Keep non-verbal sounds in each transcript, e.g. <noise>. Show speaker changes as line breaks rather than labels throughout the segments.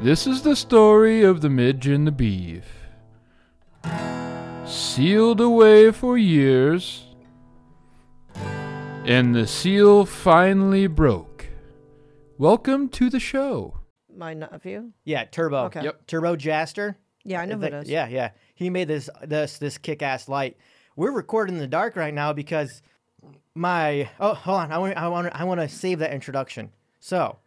This is the story of the midge and the beef. Sealed away for years, and the seal finally broke. Welcome to the show.
My nephew.
Yeah, Turbo.
Okay.
Yep.
Turbo Jaster.
Yeah, I know who
Like,
it is.
Yeah, yeah. He made this this this kick ass light. We're recording in the dark right now because my oh hold on I want I want I want to save that introduction. So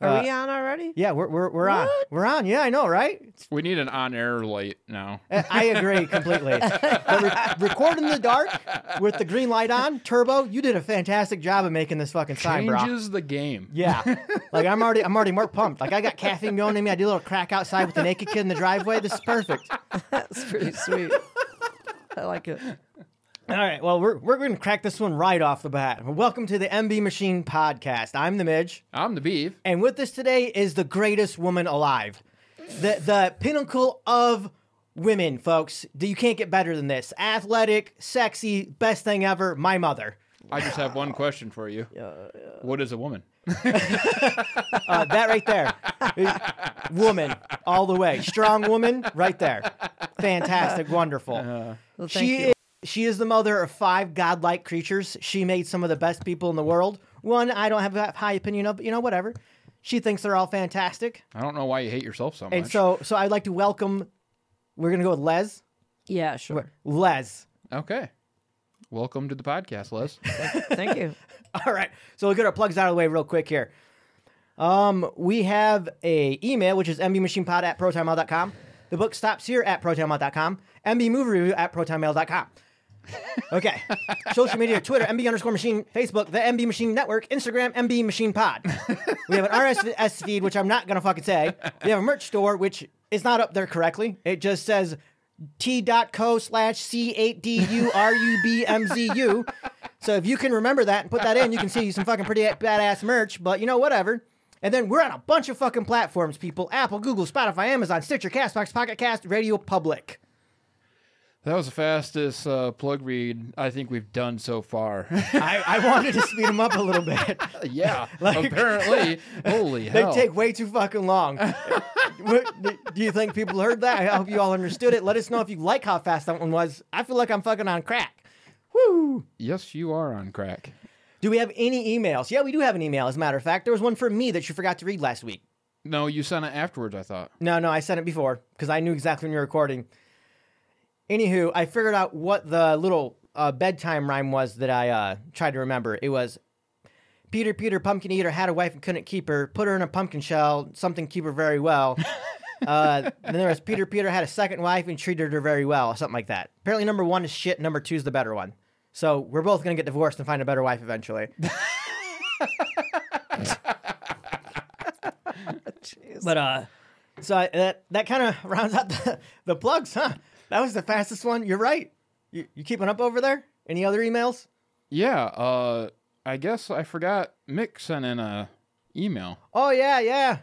Are
uh,
we on already?
yeah we're we're, we're on
What?
we're on yeah I know right It's-
We need an on air light now.
I I
<laughs>
agree completely. but re- record in the dark with the green light on, Turbo. You did a fantastic job of making this fucking sign, bro.
Changes the game.
Yeah,
<laughs>
like I'm already, I'm already more pumped. Like I got caffeine going in me. I do a little crack outside with the naked kid in the driveway. This is perfect.
That's <laughs> pretty sweet. I like it.
All right, well we're we're going to crack this one right off the bat. Welcome to the MB Machine Podcast. I'm the Midge,
I'm the beef.
and with us today is the greatest woman alive, the the pinnacle of women, folks. You can't get better than this. Athletic, sexy, best thing ever. My mother.
I just have one question for you. What is a woman?
Uh, that right there. <laughs> woman, all the way. Strong woman, right there. Fantastic, wonderful.
Well, thank
she
you.
Is, she is the mother of five godlike creatures. She made some of the best people in the world. One I don't have a high opinion of, but you know, whatever. She thinks they're all fantastic.
I don't know why you hate yourself so much.
And so so I'd like to welcome we're gonna go with Les.
yeah, sure.
Les. <laughs>
okay. Welcome to the podcast, Les.
Thank you.
All right. So we'll get our plugs out of the way real quick here. Um, we have a email, which is mbmachinepod at protonmail.com. The book stops here at protonmail.com. MB movie review at protonmail.com. Okay. Social media, Twitter, MB underscore machine, Facebook, the MB Machine Network, Instagram, MB Machine Pod. We have an RSS feed, which I'm not going to fucking say. We have a merch store, which is not up there correctly. It just says t.co slash c8durubmzu. So if you can remember that and put that in, you can see some fucking pretty badass merch, but you know, whatever. And then we're on a bunch of fucking platforms, people Apple, Google, Spotify, Amazon, Stitcher, Castbox, Pocket Cast, Radio Public.
That was the fastest uh, plug read I think we've done so far. <laughs>
I, I wanted to speed them up a little bit. <laughs>
yeah, apparently. Holy
They
hell.
take way too fucking long. What- Do you think people heard that? I hope you all understood it. Let us know if you like how fast that one was. I feel like I'm fucking on crack. Woo!
yes, you are on crack.
Do we have any emails? Yeah, we do have an email. As a matter of fact, there was one from me that you forgot to read last week.
No, you sent it afterwards, I thought.
No, no, I sent it before because I knew exactly when you were recording. Anywho, I figured out what the little uh, bedtime rhyme was that I uh, tried to remember. It was Peter, Peter, pumpkin eater, had a wife and couldn't keep her, put her in a pumpkin shell, something keep her very well. uh, then there was Peter, Peter had a second wife and treated her very well, or something like that. Apparently, number one is shit, number two is the better one. So we're both going to get divorced and find a better wife eventually.
<laughs> Jeez.
But uh, so I, that that kind of <laughs> rounds out the, the plugs, huh? That was the fastest one. You're right. You, you keeping up over there? Any other emails?
Yeah, uh, I guess I forgot Mick sent in a email.
Oh yeah, yeah.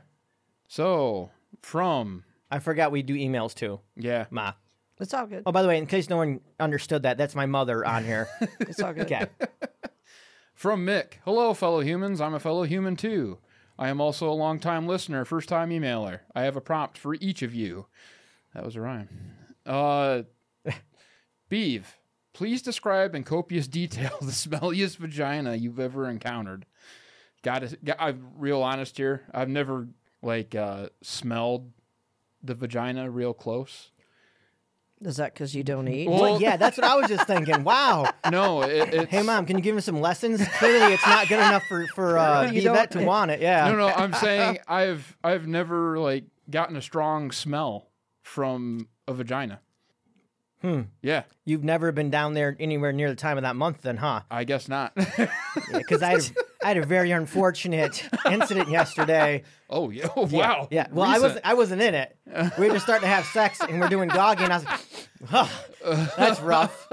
So, from,
I forgot we do emails too,
yeah,
Ma.
It's all good.
Oh, by the way, in case no one understood that, that's my mother
<laughs>
on here.
It's all good.
Okay.
From Mick. Hello, fellow humans. I'm a fellow human too. I am also a longtime listener, first time emailer. I have a prompt for each of you. That was a rhyme. Uh, Beeve, please describe in copious detail <laughs> the smelliest vagina you've ever encountered. Got to, I'm real honest here. I've never like uh, smelled the vagina real close.
Is that because you don't eat?
Well-
Well, yeah, that's what I was just thinking. Wow.
No, it, it's
Hey, mom, can you give me some lessons? Clearly, it's not good enough for for uh,
<laughs>
Clearly you
Yvette
don't-
to want it. Yeah.
No, no, I'm
<laughs>
saying I've I've never like gotten a strong smell from a vagina.
Hmm.
Yeah,
You've never been down there anywhere near the time of that month, then,
<laughs>
huh?
I guess not.
because I, had a- I had a
<laughs>
very unfortunate incident yesterday.
oh yeah. <laughs> Oh, wow.
Yeah. Well, I wasn't. I wasn't in it. We were just starting to have sex, and we're doing doggy, and I was like, "Ugh, "That's
<laughs>
rough."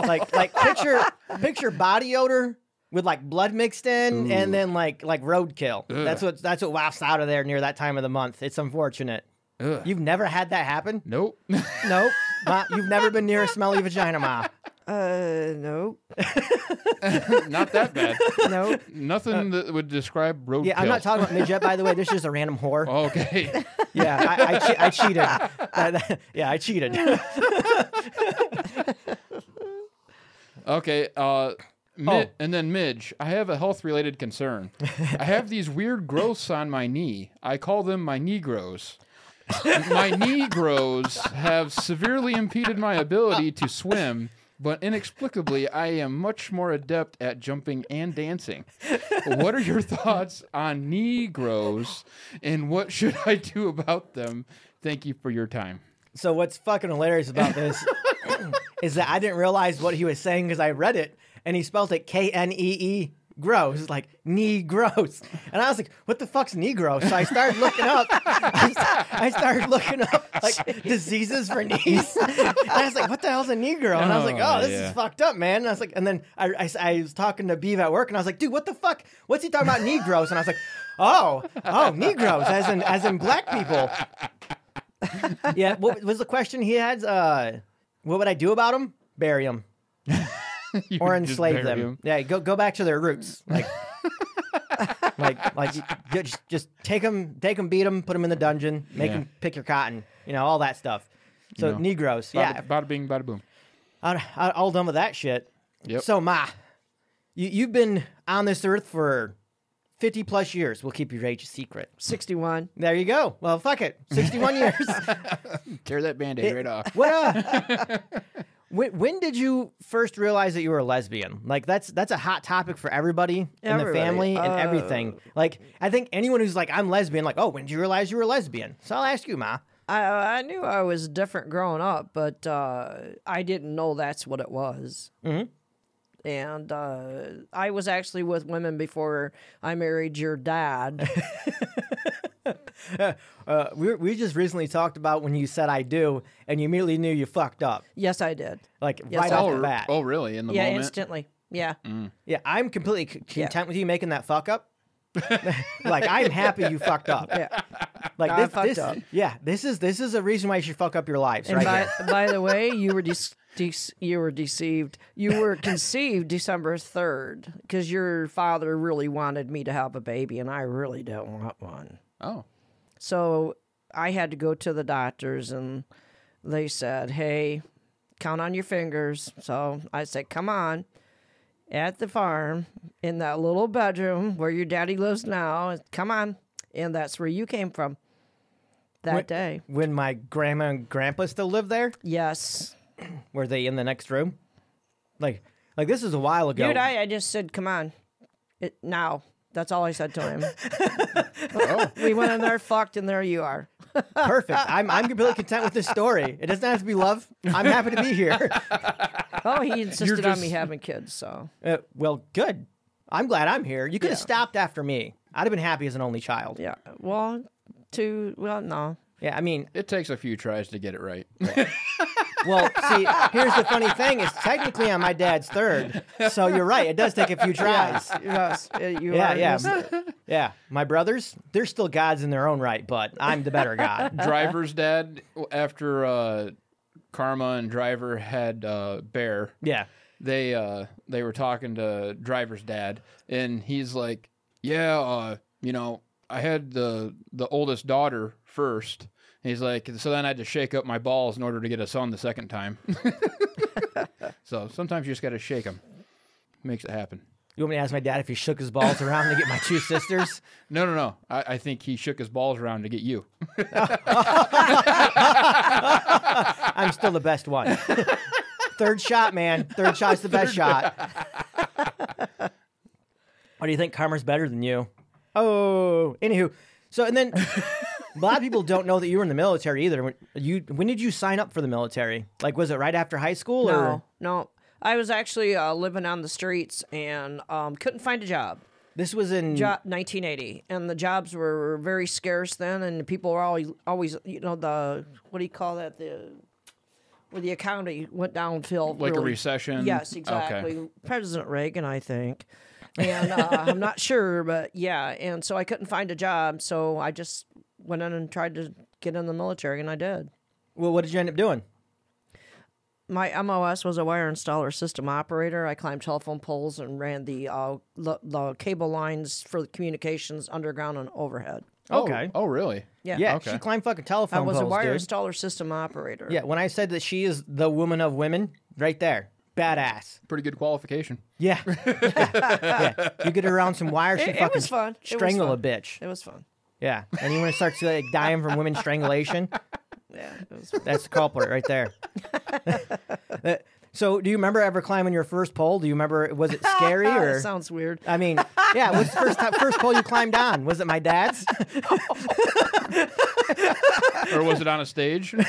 like, like picture picture body odor with like blood mixed in, and then like like roadkill. That's what that's what wafts out of there near that time of the month. It's unfortunate.
Ugh.
You've never had that happen.
Nope. <laughs>
Nope. Ma, you've never been near a smelly vagina, ma.
Uh, no,
Not that
<laughs>
bad.
no.
Nothing that would describe roadkill.
Uh, Yeah, I'm not talking about midget, by the way. This is just a random whore.
Oh. <laughs> Okay.
Yeah, I, I, che- I cheated. That- that- yeah, I cheated. <laughs>
Okay. Uh,
Oh.
Mid- And then Midge, I have a health related
<laughs>
concern. I have these weird growths on my knee. I call them my knee grows.
<laughs>
my knee grows have severely impeded my ability to swim, but inexplicably, I am much more adept at jumping and dancing. What are your thoughts on knee grows and what should I do about them? Thank you for your time. <laughs>
So what's fucking hilarious about this is that I didn't realize what he was saying because I read it and he spelled it K N E E gross, like knee gross. And I was like, what the fuck's knee gross? So I started looking up. I, st- I started looking up like diseases for knees. And I was like, what the hell's a knee grow? And I was like,
Oh,
oh, this
yeah.
is fucked up, man. And I was like, and then I, I s- I was talking to Beav at work and I was like, dude, what the fuck? What's he talking about knee gross? And I was like, oh, oh, Negroes, as in as in black people yeah. What was the question he had? Uh, what would I do about them? Bury them
You
or
just
enslave
bury
them.
him.
Yeah, go go back to
<laughs>
their roots. Like, like, like, you- you just just take them, take them, beat them, put them in the dungeon, make
Yeah.
them pick your cotton. You know, all that stuff. So
know.
Negroes.
Bada,
Yeah,
bada bing, bada boom.
I, I, all done with that shit.
Yep.
So ma, you you've been on this earth for fifty plus years. We'll keep your age a secret.
Sixty-one.
There you go. Well,
<laughs>
fuck it. Sixty-one years.
Tear that band aid right off.
What? <laughs> when, when did you first realize that you were a lesbian? Like that's that's a hot topic for everybody in the
Everybody.
family and
Uh,
everything. Like I think anyone who's like I'm lesbian, like oh, when did you realize you were a lesbian? So I'll ask you, ma.
I I knew I was different growing up, but uh, I didn't know that's what it was. Mm-hmm. And uh, I was actually with women before I married your dad. <laughs>
Uh, we we just recently talked about when you said I do, and you immediately knew you fucked up,
yes, I did.
like
Yes,
right
I
off
oh,
the
r-
bat.
oh, really? In the
yeah,
moment?
instantly. Yeah.
Yeah, I'm completely c- content with you making that
<laughs>
fuck up. like I'm happy you fucked up.
Yeah.
Like
I
this,
fucked
this-
up.
yeah, this is this is a reason why you should fuck up your lives.
And
right
by,
here.
by the way, you were de- de- you were deceived. You were conceived December third because your father really wanted me to have a baby, and I really don't want one.
Oh.
So I had to go to the doctors, and they said, "Hey, count on your fingers." So I said, "Come on." At the farm, in that little bedroom where your daddy lives now, come on, and that's where you came from that
Wait.
day.
when my grandma and grandpa still lived there?
Yes.
Were they in the next room? Like, like this is a while ago.
Dude, I, I just said, come on, it, now. That's all I said to him.
Oh.
<laughs> We went in there, fucked, and there you are.
Perfect.
<laughs>
I'm, I'm completely content with this story. It doesn't have to be love. I'm happy to
<laughs>
be here.
Oh, he insisted on me
just-
having kids, so.
Uh, well, good. I'm glad I'm here. You could have
Yeah.
stopped after me. I'd have been happy as an only child.
Yeah, well, two, well, no.
Yeah, I mean,
It takes a few tries to get it
<laughs>
right.
well, see, here's the funny thing: is technically on my dad's third, so you're right. It does take a few tries.
Yes, uh, you
Yeah,
are.
yeah,
Yes.
yeah. My brothers, they're still gods in their own right, but I'm the better god.
<laughs>
Driver's dad, after uh, Karma and Driver had uh, Bear,
Yeah.
they uh, they were talking to Driver's dad, and he's like, "Yeah, uh, you know, I had the the oldest daughter first. And he's like, "So then I had to shake up my balls in order to get a son the second time." <laughs> so sometimes you just got to shake them. Makes it happen.
You want me to ask my dad if he shook his balls around to get my two sisters?
No, no, no. I, I think he shook his balls around to get you.
I'm still the best one. <laughs> Third shot, man. Third shot's the best shot. Why do you think karma's better than you? Oh, anywho. So and then a lot of people don't know that you were in the military either. When you when did you sign up for the military? Like was it right after high school or
No, no. I was actually uh, living on the streets and um, couldn't find a job.
this was in
jo- 1980 and the jobs were very scarce then and people were always always you know the what do you call that the well the economy went downhill
Like a
really-
Mm,
recession?
yes
Okay.
exactly president reagan i think and
<laughs>
uh, i'm not sure but yeah and so i couldn't find a job so i just went in and tried to get in the military and i did
well what did you end up doing?
my MOS was a wire installer system operator. I climbed telephone poles and ran the uh, lo- the cable lines for the communications underground and overhead.
Okay.
Oh, oh, really?
Yeah.
Yeah,
Okay.
she climbed fucking telephone
I was
poles,
a wire
dude.
installer system operator.
Yeah, when I said that she is the woman of women, right there, badass.
Pretty good qualification.
<laughs>
Yeah, yeah. You get her around some wire, she
It- it
fucking
was fun. It was
strangle
fun.
a bitch.
It was fun.
Yeah, and you want to start to, like dying from women strangulation?
Yeah. It
<laughs>
was fun.
That's the culprit right
<laughs>
there. Uh, so, do you remember ever climbing your first pole? Do you remember? Was it
<laughs>
scary or?
That sounds weird.
I mean, yeah. What's the first time, first pole you climbed on? Was it
<laughs>
my dad's?
Or was it on a
<laughs>
stage?
<laughs>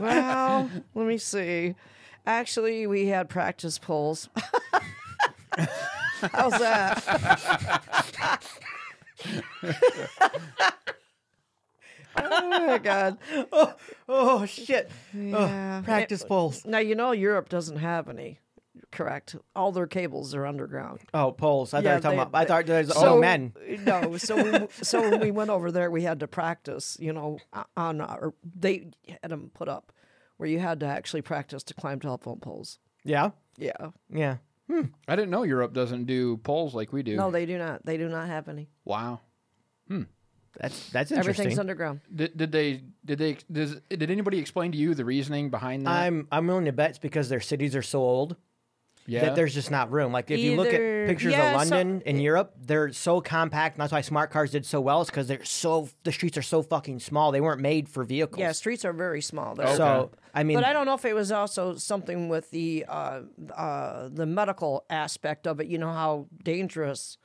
Well, let me see. Actually, we had practice poles. <laughs> How's that? oh my god!
Oh shit!
Yeah.
Practice poles.
Now you know Europe doesn't have any. Correct. All their cables are underground.
Oh, poles. I thought you
Yeah,
were talking
they-
about. I thought there was
So-
oh men.
No, so when, so when we went over there, we had to practice. You know, on our, they had them put up where you had to actually practice to climb telephone poles.
Yeah,
Yeah.
yeah.
I didn't know Europe doesn't do polls like we do.
No, they do not. They do not have any.
wow.
That's that's
Everything's
interesting.
underground.
Did, did they? Did they? Does, did anybody explain to you the reasoning behind that?
I'm I'm willing to bet it's because their cities are so old
yeah.
that there's just not room. Like if you look
Either-
at pictures
yeah,
of
so-
London in Europe, they're so compact, and that's why smart cars did so well. Is because they're so the streets are so fucking small. They weren't made for vehicles.
Yeah, streets are very small. There.
So I mean,
but I don't know if it was also something with the uh, uh, the medical aspect of it. You know how dangerous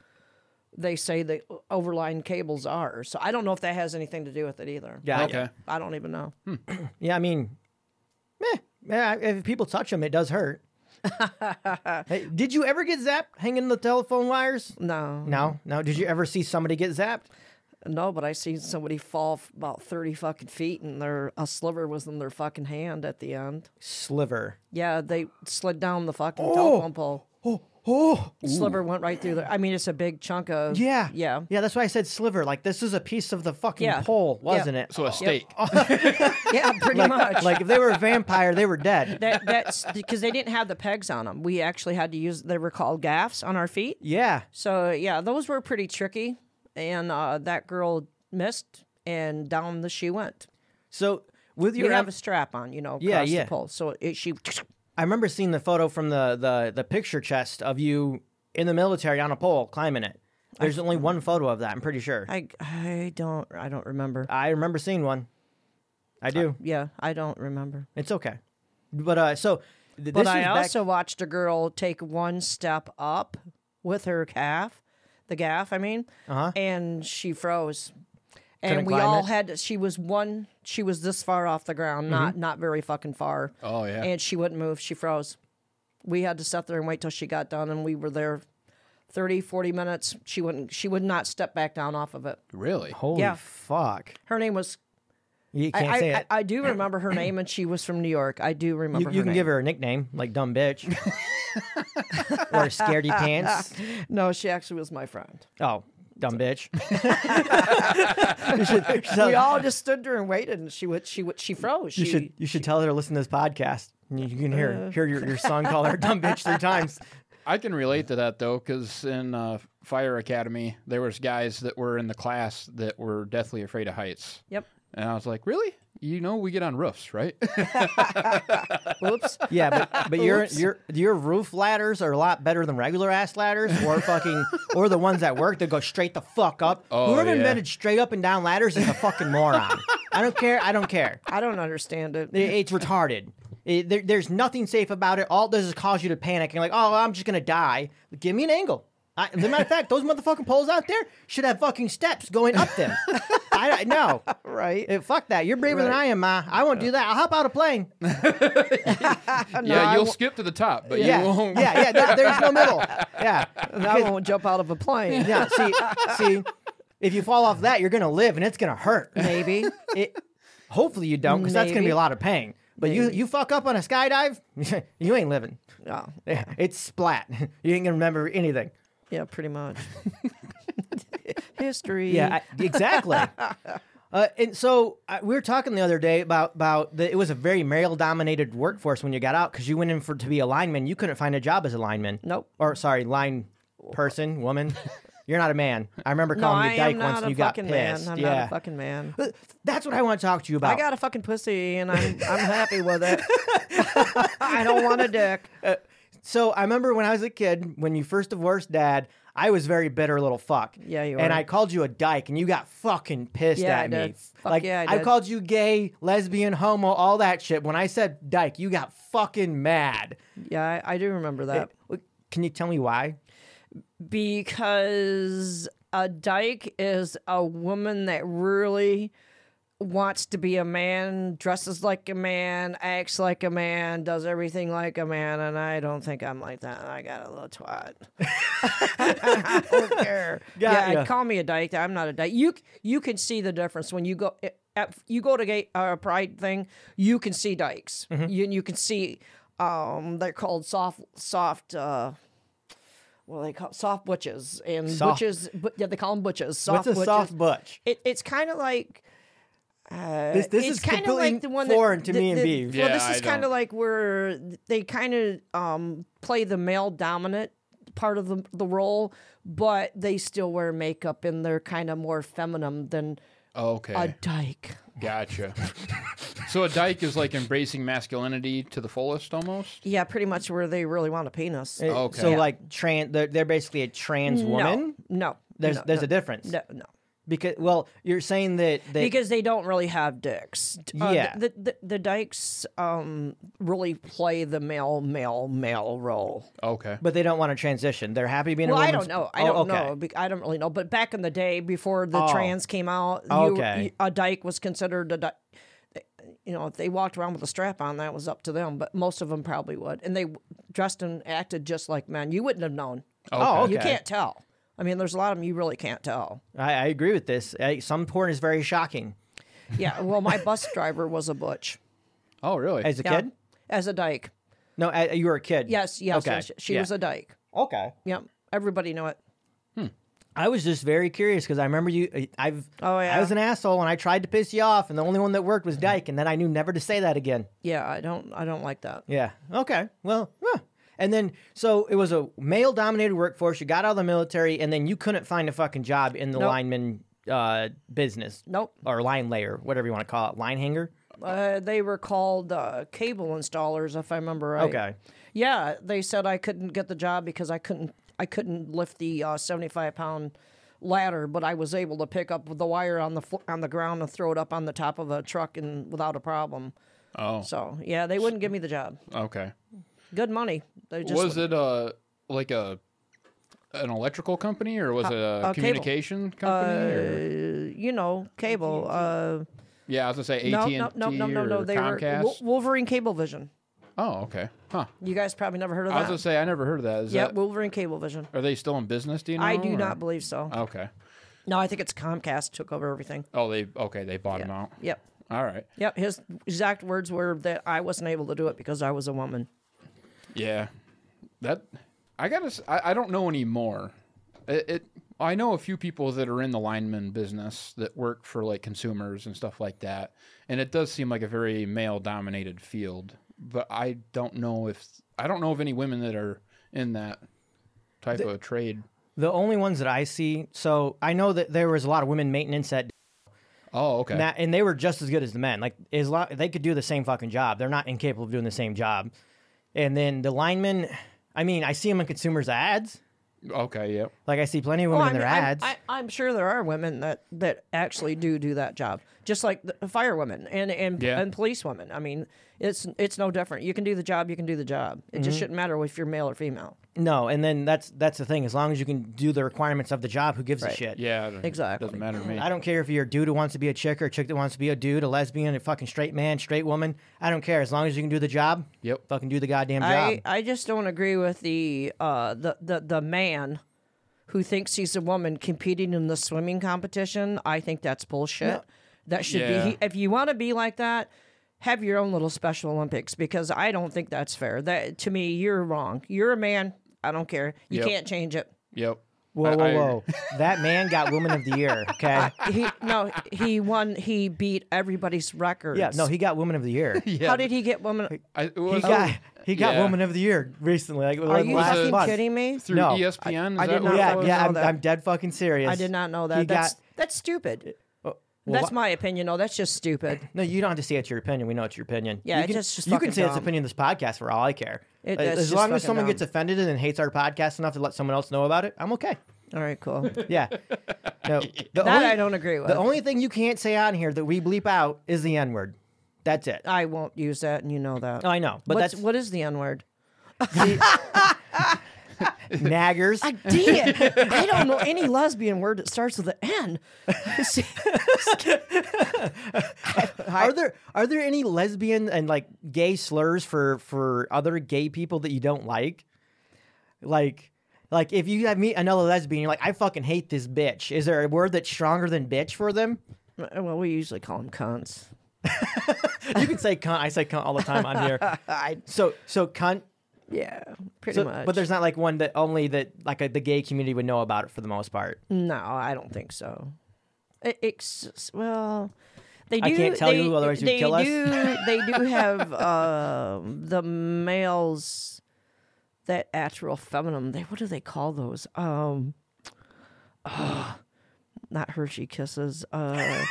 they say the overlying cables are. So I don't know if that has anything to do with it either.
yeah, Hmm.
okay.
I don't even know.
yeah. I mean, meh, yeah. If people touch them, it
<laughs>
does hurt. Hey, did you ever get zapped hanging the telephone wires?
No,
No, no. Did you ever see somebody get zapped?
no, but I seen somebody fall f- about thirty fucking feet, and their a sliver was in their fucking hand at the end.
Sliver.
Yeah, they slid down the fucking telephone pole.
Oh,
Sliver went right through there. I mean, it's a big chunk of
yeah,
yeah,
yeah. That's why I said sliver. Like this is a piece of the fucking
Yeah.
pole,
Yeah.
wasn't it?
so a steak.
Oh.
yeah, pretty much.
like if they were a vampire, they were dead.
that that's because they didn't have the pegs on them. We actually had to use they were called gaffs on our feet.
Yeah.
So yeah, those were pretty tricky. And uh, that girl missed, and down the she went.
So with
You
your,
have
em-
a strap on, you know, across
Yeah, yeah.
the pole. So it, she,
I remember seeing the photo from the, the the picture chest of you in the military on a pole climbing it. There's only one photo of that. I'm pretty sure. I,
I, I don't, I don't remember.
remember seeing one. I do.
Yeah, I don't remember.
it's okay. But uh, so th-
But
this
I
is back-
also watched a girl take one step up with her calf, the gaff, I mean,
Uh-huh.
and she froze.
Couldn't
And we
climb
all
it? Mm-hmm.
had to, she was one, she was this far off the ground, not not very fucking far.
Oh, yeah.
And she wouldn't move. She froze. We had to sit there and wait till she got done, and we were there 30, 40 minutes. She wouldn't, she would not step back down off of it.
really?
holy
yeah.
fuck.
Her name was,
You can't
I,
say
I,
it.
I, I do remember her name, and she was from New York. I do remember
you you
her
can
name.
give her a nickname like dumb
<laughs>
bitch or scaredy pants.
No, she actually was my friend.
Oh,
<laughs>
dumb bitch. <laughs>
we all just stood there and waited, and she would, she would, she froze. She,
You should you should tell her to listen to this podcast. and You can hear hear your, your son call her dumb bitch three times.
I can relate to that though, because in uh, Fire Academy, there was guys that were in the class that were deathly afraid of heights,
Yep.
and I was like, really? You know, we get on roofs, right?
Uh,
Whoops.
Yeah, but, but your your your roof ladders are a lot better than regular ass ladders or fucking or the ones that work that go straight the fuck up.
Oh,
Whoever
yeah.
invented straight up and down ladders is a fucking moron. I don't care. I don't care.
I don't understand it.
It- It's retarded. It- there- there's nothing safe about it. All it does is cause you to panic and like, oh, I'm just gonna die. Give me an angle. I, as a matter of fact, those motherfucking poles out there should have fucking steps going up them. I I- no.
Right.
Eh, fuck that. You're braver than I am, ma. I won't do that. I'll hop out a plane.
<laughs> yeah,
I
you'll
won't-
skip to the top, but
Yeah,
you won't.
yeah, yeah. there- there's no middle. Yeah,
I won't jump out of a
<laughs>
plane.
yeah. See, see, if you fall off that, you're gonna live, and it's gonna hurt.
Maybe.
It, hopefully you don't, because that's gonna be
Maybe.
a lot of pain. But you you fuck up on a skydive, <laughs> you ain't living. <laughs>
Yeah.
Yeah, it's splat. <laughs> You ain't gonna remember anything.
Yeah. Pretty much. <laughs> History. <laughs>
Yeah, I, exactly. Uh, and so I, we were talking the other day about about the, it was a very male dominated workforce when you got out because you went in for to be a lineman. You couldn't find a job as a lineman.
Nope.
Or sorry, line person, woman. You're not a man. I remember
No,
calling
I
you dyke
am
once
not
and
a
you got
fucking man.
pissed.
I'm
yeah. Oh.
not a fucking man.
That's what I want to talk to you about.
I got a fucking pussy and I'm I'm happy with
<laughs>
it. <laughs> I don't want a dick.
Uh, so I remember when I was a kid, when you first divorced dad, I was very bitter little fuck.
Yeah, you
And
were.
I called you a dyke, and you got fucking pissed
Yeah,
at
I
me.
did. Fuck
like
yeah, I did.
called you gay, lesbian, homo, all that shit. When I said dyke, you got fucking mad.
Yeah, I, I do remember that.
Can you tell me why?
because a dyke is a woman that really wants to be a man, dresses like a man, acts like a man, does everything like a man, and I don't think I'm like that. I got a little twat. <laughs> I don't care.
<laughs> Got
yeah,
ya.
call me a dyke. I'm not a dyke. You you can see the difference when you go at, you go to gay uh, pride thing. You can see dykes.
Mm-hmm.
You you can see um they're called soft soft. uh well, they call soft butches and
Soft.
butches. But, yeah, they call them butches. Soft
What's a
butches.
soft butch?
It, it's kind of like. Uh,
This- this
it's
is
kind of
completely
like the one that-
foreign to
the-
me and
the-
Beef.
Well,
Yeah,
this is
I
kind of
don't-
like where they kind of um, play the male dominant part of the the role, but they still wear makeup and they're kind of more feminine than
Okay.
a dyke.
Gotcha. <laughs> so a dyke is like embracing masculinity to the fullest almost?
Yeah, pretty much where they really want a penis. Uh,
It-
Okay.
So
Yeah.
like trans, they're, they're basically a trans woman.
No, no,
There's
no,
there's
no,
a difference
no, no.
because well, you're saying that that
because they don't really have dicks. D- uh,
Yeah.
the, the the dykes um really play the male male male role.
Okay.
but they don't want to transition. They're happy being
Well,
a
I
woman.
don't know. I
Oh,
don't
okay.
know. Be- I don't really know. But back in the day, before the
Oh.
trans came out, you,
Okay.
you- a dyke was considered a dyke. You know, if they walked around with a strap on, that was up to them. But most of them probably would, and they w- dressed and acted just like men. You wouldn't have known.
Oh, okay.
You can't tell. I mean, there's a lot of them you really can't tell.
I, I agree with this. I, some porn is very shocking.
Yeah. Well, my bus <laughs> driver was a butch.
Oh, really?
As a
Yeah.
kid?
As a dyke.
No, I, you were a kid.
Yes, yes,
Okay.
yes. She
Yeah.
was a dyke.
Okay.
Yep. Everybody knew it.
I was just very curious because I remember you. uh, I've.
Oh, yeah.
I was an asshole and I tried to piss you off, and the only one that worked was Dyke, and then I knew never to say that again.
Yeah, I don't I don't like that.
Yeah. Okay. Well. huh. And then, so it was a male-dominated workforce. You got out of the military, and then you couldn't find a fucking job in the
Nope.
lineman uh, business.
Nope.
Or line layer, whatever you want to call it, line hanger.
Uh, they were called uh, cable installers if I remember right.
Okay.
Yeah, they said I couldn't get the job because I couldn't I couldn't lift the uh, 75 pound ladder, but I was able to pick up the wire on the fl- on the ground and throw it up on the top of a truck and without a problem.
Oh.
So, yeah, they wouldn't give me the job.
Okay.
Good money. They just
was it uh like a an electrical company or was it a
uh, cable. Uh,
communication company? or-
you know, cable uh
yeah, I was gonna say AT
no,
and T
no, no, no, no,
or
no. They
Comcast.
were Wol- Wolverine Cablevision.
oh, okay. Huh.
You guys probably never heard of
I was uh,
that.
gonna say I never heard of that. Is
yeah,
that
Wolverine Cablevision.
are they still in business? Do you know?
I do
or-
not believe so.
Okay.
No, I think it's Comcast took over everything.
Oh, they okay. They bought them out.
Yep.
All right.
Yep. His exact words were that I wasn't able to do it because I was a woman.
Yeah, that I gotta. s- I, I don't know anymore. It, it. I know a few people that are in the lineman business that work for like consumers and stuff like that, and it does seem like a very male-dominated field. But I don't know if I don't know of any women that are in that type of trade.
The only ones that I see, so I know that there was a lot of women maintenance at
Oh, okay.
that, and they were just as good as the men. Like as lo- they could do the same fucking job. They're not incapable of doing the same job. And then the linemen, I mean, I see them in consumers ads.
okay. Yep.
Like I see plenty of women in their
I'm,
ads.
I, I'm sure there are women that, that actually do do that job, just like the fire women and and,
Yeah.
and police women. I mean, it's it's no different. You can do the job. You can do the job. It
Mm-hmm.
just shouldn't matter if you're male or female.
no, and then that's that's the thing. As long as you can do the requirements of the job, who gives a
Right.
shit?
Yeah. I don't-
Exactly.
Doesn't matter to me.
I don't care if you're a dude who wants to be a chick or a chick that wants to be a dude, a lesbian, a fucking straight man, straight woman. I don't care. As long as you can do the job,
Yep.
fucking do the goddamn job.
I, I just don't agree with the uh the, the the man who thinks he's a woman competing in the swimming competition. I think that's bullshit. That should
Yeah.
be he, if you want to be like that, have your own little Special Olympics because I don't think that's fair. That to me, you're wrong. You're a man. I don't care. You
Yep.
can't change it.
Yep.
Whoa,
I-
whoa,
I-
whoa!
<laughs>
that man got Woman of the Year. Okay.
He no, he won. He beat everybody's records.
Yeah. No, he got Woman of the Year. He
Yeah,
How did he get woman? <laughs>
I, it was
got he got
yeah.
Woman of the Year recently. Like,
Oh, Are
like
you
last
fucking
month.
kidding me?
through E
No,
ESPN? Is
I
that what
did not
it
Yeah,
know
was?
that.
yeah. I'm, I'm dead fucking serious.
I did not know that.
He
that's
got-
that's stupid.
well,
that's
wha-
my opinion. No, that's just stupid.
No, you don't have to say it's your opinion. We know it's your opinion.
Yeah,
you
it's
can,
just- just
you can
fucking
say it's
dumb.
opinion of this podcast for all I care.
It-
as
it's
as
just
long as
fucking
someone
dumb.
gets offended and hates our podcast enough to let someone else know about it, I'm okay.
All right, cool.
Yeah.
<laughs>
No, the
That
only-
I don't agree with.
The only thing you can't say on here that we bleep out is the N word. That's it.
I won't use that, and you know that.
I know, but
What's,
that's
what is the N word?
naggers.
Damn, <laughs> I don't know any lesbian word that starts with an N. <laughs> See,
Are there are there any lesbian and like gay slurs for for other gay people that you don't like? Like like if you have meet another lesbian, you're like, I fucking hate this bitch. Is there a word that's stronger than bitch for them?
well, we usually call them cunts.
You can say cunt. I say cunt all the time on here.
<laughs> I
So so cunt.
yeah, pretty
so-
much.
but there's not like one that only that like the gay community would know about it for the most part.
no, I don't think so. It, it's well, they do.
I can't tell
they,
you, otherwise you'd
they
kill us.
do, <laughs> they do
<laughs>
have um the males that actual feminine. They what do they call those? Um. <sighs> ah, not Hershey kisses. Uh,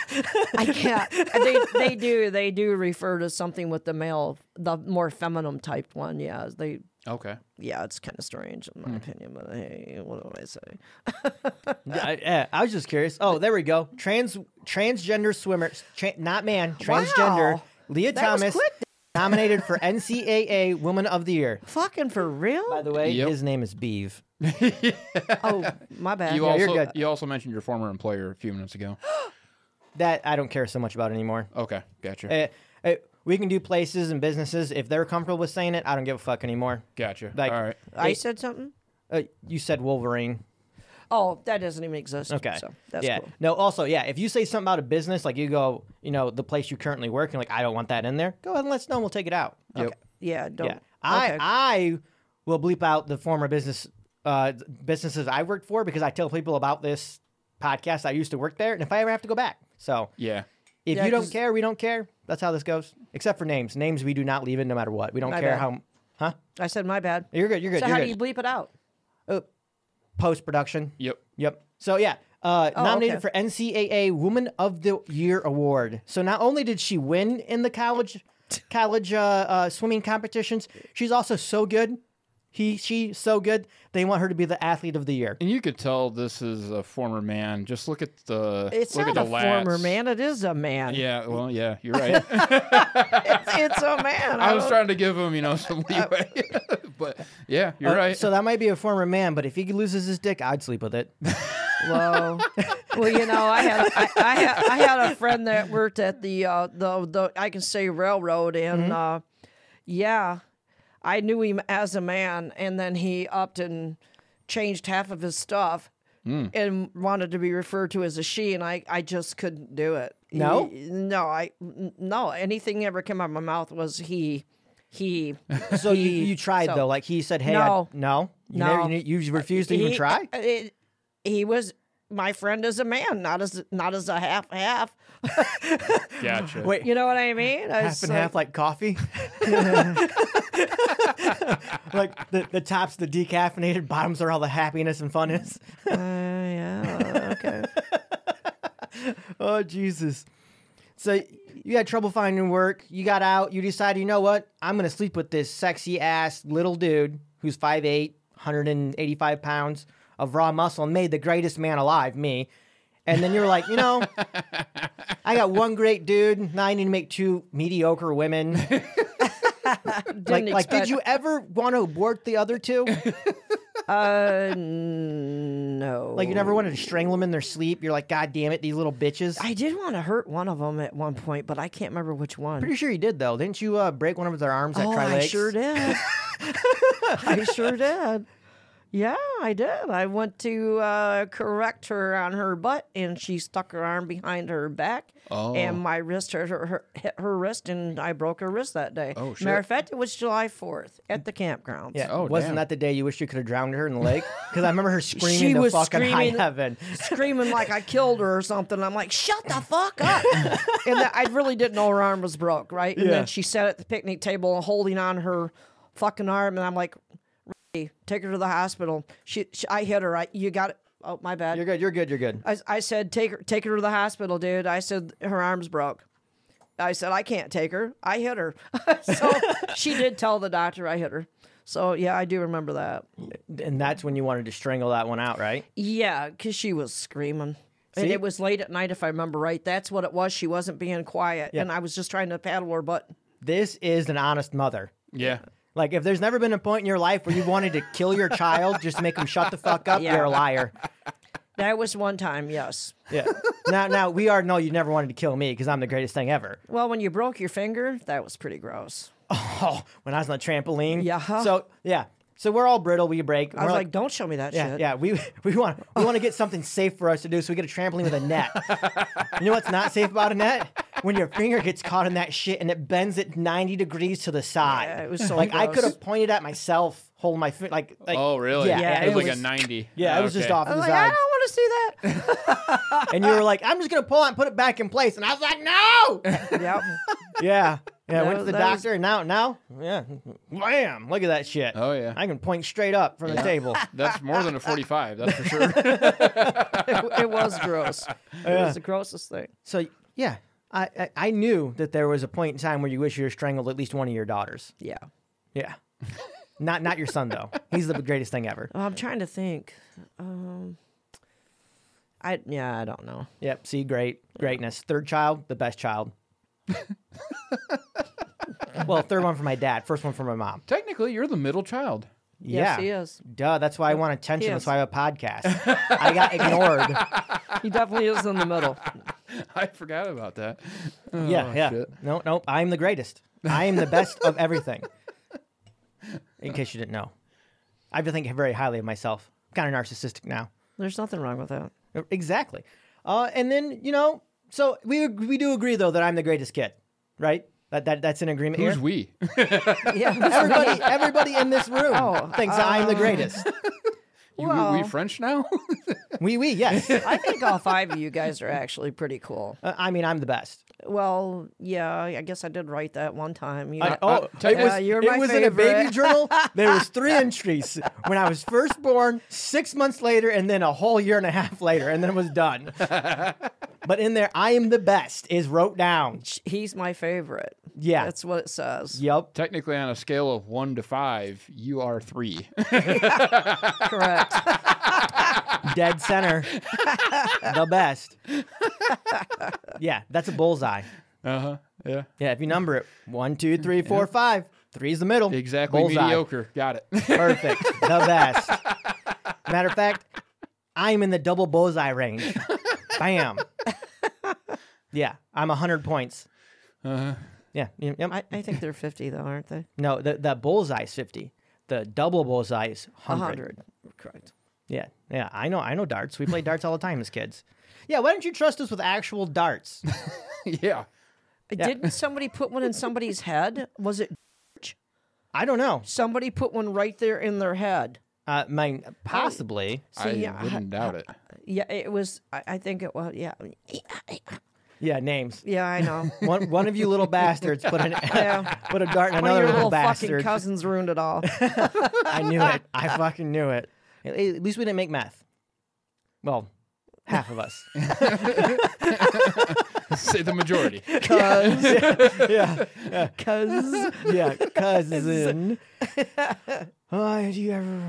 I can't. They they do they do refer to something with the male, the more feminine type one. Yeah, they
Okay.
yeah, it's kind of strange in my
Hmm.
opinion. But hey, what do I say? Uh,
Yeah, I, yeah, I was just curious. Oh, there we go. Trans transgender swimmer, tra- not man, transgender.
Wow.
Leah
That was
Thomas
quick.
nominated for NCAA Woman of the Year.
Fucking for
By
real?
the way,
Yep.
his name is Beeve.
<laughs> Oh, my bad.
You
Yeah, you're
also
good.
you also mentioned your former employer a few minutes
<gasps>
ago.
That I don't care so much about anymore.
Okay, gotcha,
Eh, eh, we can do places and businesses if they're comfortable with saying it. I don't give a fuck anymore.
gotcha.
like-
All right.
I said something.
Uh, you said Wolverine.
Oh, that doesn't even exist.
Okay.
so that's
yeah.
cool.
No, also, yeah, if you say something about a business, like you go, you know, the place you currently work, and like, I don't want that in there, go ahead and let us know and we'll take it out.
Yep.
Yeah, don't.
Yeah. I,
okay.
I will bleep out the former business uh, businesses I worked for because I tell people about this podcast. I used to work there, and if I ever have to go back. So
Yeah.
if
Yeah,
you don't
'cause-
care, we don't care. That's how this goes. Except for names. Names we do not leave in no matter what. We don't
My
care
bad.
how. Huh?
I said my bad.
You're good. You're good.
so
you're
how
good.
do you bleep it out?
Post production.
Yep.
Yep. So yeah, uh, nominated
Oh, okay.
for NCAA Woman of the Year award. So not only did she win in the college college uh, uh, swimming competitions, she's also so good. He she so good. They want her to be the athlete of the year.
And you could tell this is a former man. Just look at the.
It's
look
not
at
a
the
former
lats.
man. It is a man.
Yeah. Well. Yeah. You're right.
<laughs>
It's a
<laughs>
man.
I was
don't-
trying to give him, you know, some leeway, <laughs> but yeah, you're
Uh,
right.
So that might be a former man, but if he loses his dick, I'd sleep with it.
<laughs>
<laughs>
Whoa. well, you know, I had I, I had I had a friend that worked at the uh, the the I can say railroad, and
Mm-hmm.
uh, yeah, I knew him as a man, and then he upped and changed half of his stuff.
Mm.
And wanted to be referred to as a she, and I, I just couldn't do it.
No?
He- no, I, n- no. Anything ever came out of my mouth was he,
<laughs>
he.
So you,
he.
you tried
So-
though, like he said, hey,
No.
I, no, you
No.
never, you, you refused to even
He-
try.
uh, it- he was my friend as a man, not as not as a half half.
gotcha.
Wait,
You know what I mean? I
half
was
and
like-
half like coffee. <laughs> like the, the top's the decaffeinated, bottoms are all the happiness and fun is.
Uh,
<laughs>
yeah. Okay.
oh Jesus. So you had trouble finding work. You got out. You decided, you know what? I'm gonna sleep with this sexy ass little dude who's 5'8", 185 pounds of raw muscle and made the greatest man alive, me. And then you're like, you know, I got one great dude. Now I need to make two mediocre women.
Didn't
like, like,
expect-
did you ever want to abort the other two?
Uh, n- no.
like, you never wanted to strangle them in their sleep? You're like, God damn it, these little bitches. I'm
I did want to hurt one of them at one point, but I can't remember which one.
pretty sure you did, though. Didn't you uh, break one of their arms at
oh,
<laughs> Tri
I
Lakes?
sure did. I sure did. Yeah, I did. I went to uh, correct her on her butt, and she stuck her arm behind her back,
Oh.
and my wrist hurt her, her, hit her wrist, and I broke her wrist that day.
Oh, shit.
Matter of fact, it was July 4th at the campground.
Yeah.
Oh,
Wasn't
damn.
that the day you wished you could have drowned her in
<laughs>
the lake? Because I remember her screaming
She
to
was
fucking
screaming-
high heaven.
Screaming like I killed her or something. I'm like, shut the fuck up. and that, I really didn't know her arm was broke, right? And
Yeah.
then she sat at the picnic table holding on her fucking arm. And I'm like, "Ricky, take her to the hospital. She, she I hit her. I, you got it. Oh, my bad.
You're good. You're good. You're good.
I, I said, take her, take her to the hospital, dude. I said, her arm's broke. I said, I can't take her. I hit her. <laughs> so she did tell the doctor I hit her. So yeah, I do remember that.
And that's when you wanted to strangle that one out, right?
Yeah, because she was screaming.
See?
And it was late at night, if I remember right. That's what it was. She wasn't being quiet. And I was just trying to paddle her butt.
This is an honest mother.
Yeah.
Like, if there's never been a point in your life where you wanted to kill your child just to make him shut the fuck up,
Yeah.
you're a liar.
That was one time, yes.
Yeah. now, now we are. No, you never wanted to kill me because I'm the greatest thing ever. <laughs>
Well, when you broke your finger, that was pretty gross.
Oh, when I was on the trampoline.
Yeah.
So yeah. So we're all brittle. We break.
I was like, don't show me that
yeah,
shit.
yeah. We <laughs> we want we want to get something safe for us to do. So we get a trampoline with a
<laughs>
net. you know what's not safe about a net? When your finger gets caught in that shit and it bends it 90 degrees to the side.
Yeah, it was so
like I
gross.
could have pointed at myself, holding my finger. Like, like
Oh, really?
Yeah.
Yeah,
It was
it <laughs>
like
was-
a 90.
Yeah, it was just
Okay.
off
I
to the
was like, I
side.
don't want to see that.
And you were like, I'm just gonna pull out and put it back in place. And I was
<laughs>
like, no. <laughs>
yep.
yeah. Yeah. I went
That-
to the
that was-
doctor and now now yeah, wham! Look at that shit.
Oh, yeah.
I can point straight up from
<laughs>
the table.
That's more than a 45, that's for
<laughs>
sure.
It, it was gross. It was the grossest thing.
So yeah, I, I I knew that there was a point in time where you wish you had strangled at least one of your daughters.
Yeah.
Yeah. <laughs> not not your son though. He's the greatest thing ever.
Well, I'm trying to think. Um, I yeah, I don't know.
Yep. See, great greatness. Third child, the best child. well, third one for my dad, first one for my mom.
Technically, you're the middle child. <laughs>
Yes,
yeah.
he is.
Duh, that's why I want attention.
He
That's
is.
why I have
<laughs>
a podcast. I got ignored.
He definitely is in the middle.
I forgot about that. Oh,
yeah, yeah.
shit.
No, no, I'm the greatest. I am the best of everything. <laughs> In case you didn't know, I have to think very highly of myself. I'm kind of narcissistic now.
There's nothing wrong with
<laughs>
that.
Exactly. Uh, and then you know, so we we do agree though that I'm the greatest kid, right? That, that that's an agreement
Who's
here.
we? <laughs>
<laughs> Yeah.
Everybody, everybody in this room
Oh,
thinks
Uh,
I'm the greatest.
You, we,
Well.
we French now? <laughs>
Oh, We we yes.
I think all five of you guys are actually pretty cool.
Uh, I mean, I'm the best.
Well, yeah, I guess I did write that one time. You know.
Oh,
tell
it
you-
was,
Yeah, you're
it
my
was in a baby
favorite.
journal. There
<laughs>
was three entries when I was first born, six months later, and then a whole year and a half later, and then it
<laughs>
was done. but in there, I am the best is wrote down.
He's my favorite.
Yeah.
That's what it says.
Yep.
Technically, on a scale of one to five, you are three. <laughs>
Correct. <laughs>
Dead center. the best. Yeah, that's a bullseye.
Uh huh. Yeah.
Yeah, if you number it, one, two, three, four, five. Three's the middle.
Exactly.
Bullseye.
Mediocre. Got it. <laughs>
Perfect. The best. Matter of fact, I'm in the double bullseye range. Bam. Yeah, I'm 100 points. Yeah. yep, yep.
I, I think they're 50, though, aren't they?
no, the, the bullseye is 50. The double bullseye is 100.
100. Correct.
Yeah. Yeah, I know. I know darts. We play darts all the time as kids. Yeah, why don't you trust us with actual darts?
yeah.
Didn't somebody put one in somebody's head? Was it
I don't know.
somebody put one right there in their head?
Uh, my, possibly.
See,
I
I-
wouldn't doubt
<laughs>
it.
Yeah, it was. I, I think it was. Yeah,
Yeah, names.
yeah, I <laughs> know.
One, one of you little bastards put, an,
Yeah.
<laughs> put a dart in
One of
another
your little
little
fucking
bastard.
cousins ruined it all. <laughs>
I knew it. I fucking knew it. At at least we didn't make math. Well, half of us.
<laughs> Say the majority.
Cause,
<laughs> yeah,
cause.
yeah, cousin. <laughs> oh, do you ever?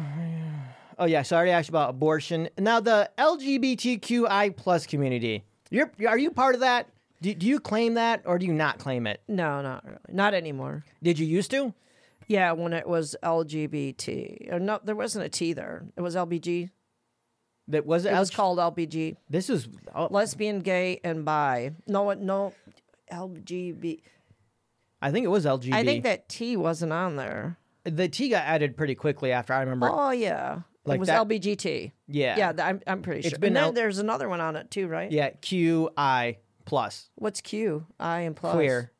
Oh yeah, sorry. I asked about abortion. Now the LGBTQI plus community. You're are you part of that? Do, do you claim that or do you not claim it?
No, not really. Not anymore.
Did you used to?
Yeah, when it was LGBT. Or Uh, no, there wasn't a T there. It was LBG.
That was it.
It was called LBG.
This is oh,
Lesbian, gay, and bi. No, one- no, LGB.
I think it was LGBT.
I think that T wasn't on there.
the T got added pretty quickly after I remember.
Oh yeah,
Like
it was
that.
LBGT.
yeah.
Yeah, th- I'm, I'm pretty sure.
been
and then
out-
there's another one on it too, right?
Yeah. QI plus.
What's Q? I and plus
Queer.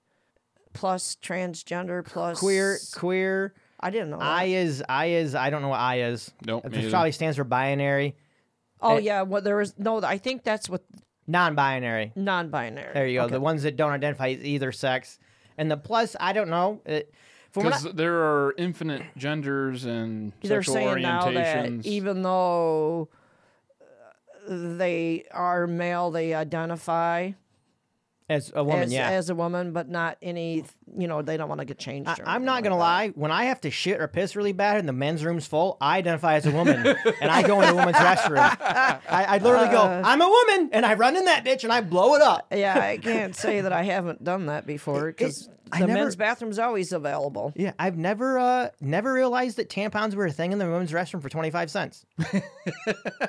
plus transgender plus
Queer. Queer.
I didn't know. that.
I is I is I don't know what I is.
Nope,
It
me either.
probably stands for binary,
oh yeah, well there was no. I think that's what
non-binary.
non-binary.
There you go.
Okay.
The ones that don't identify as either sex, and the plus I don't know. It, from what I-
Because there are infinite genders and
They're
sexual
saying now that
orientations.
<laughs>
even though uh, they are male, they identify
as a woman,
as,
yeah.
as a woman, but not any. You know, they don't want to get changed. or
I'm not
anything
gonna
like
lie. When I have to shit or piss really bad and the men's room's full, I identify as a woman
<laughs>
and I go in a woman's restroom. I, I literally go,
Uh.
"I'm a woman," and I run in that bitch and I blow it up.
that. Yeah, I can't say that I haven't done that before because
I
the
never-
men's bathroom's always available.
Yeah, I've never uh never realized that tampons were a thing in the women's restroom for
<laughs>
25 cents.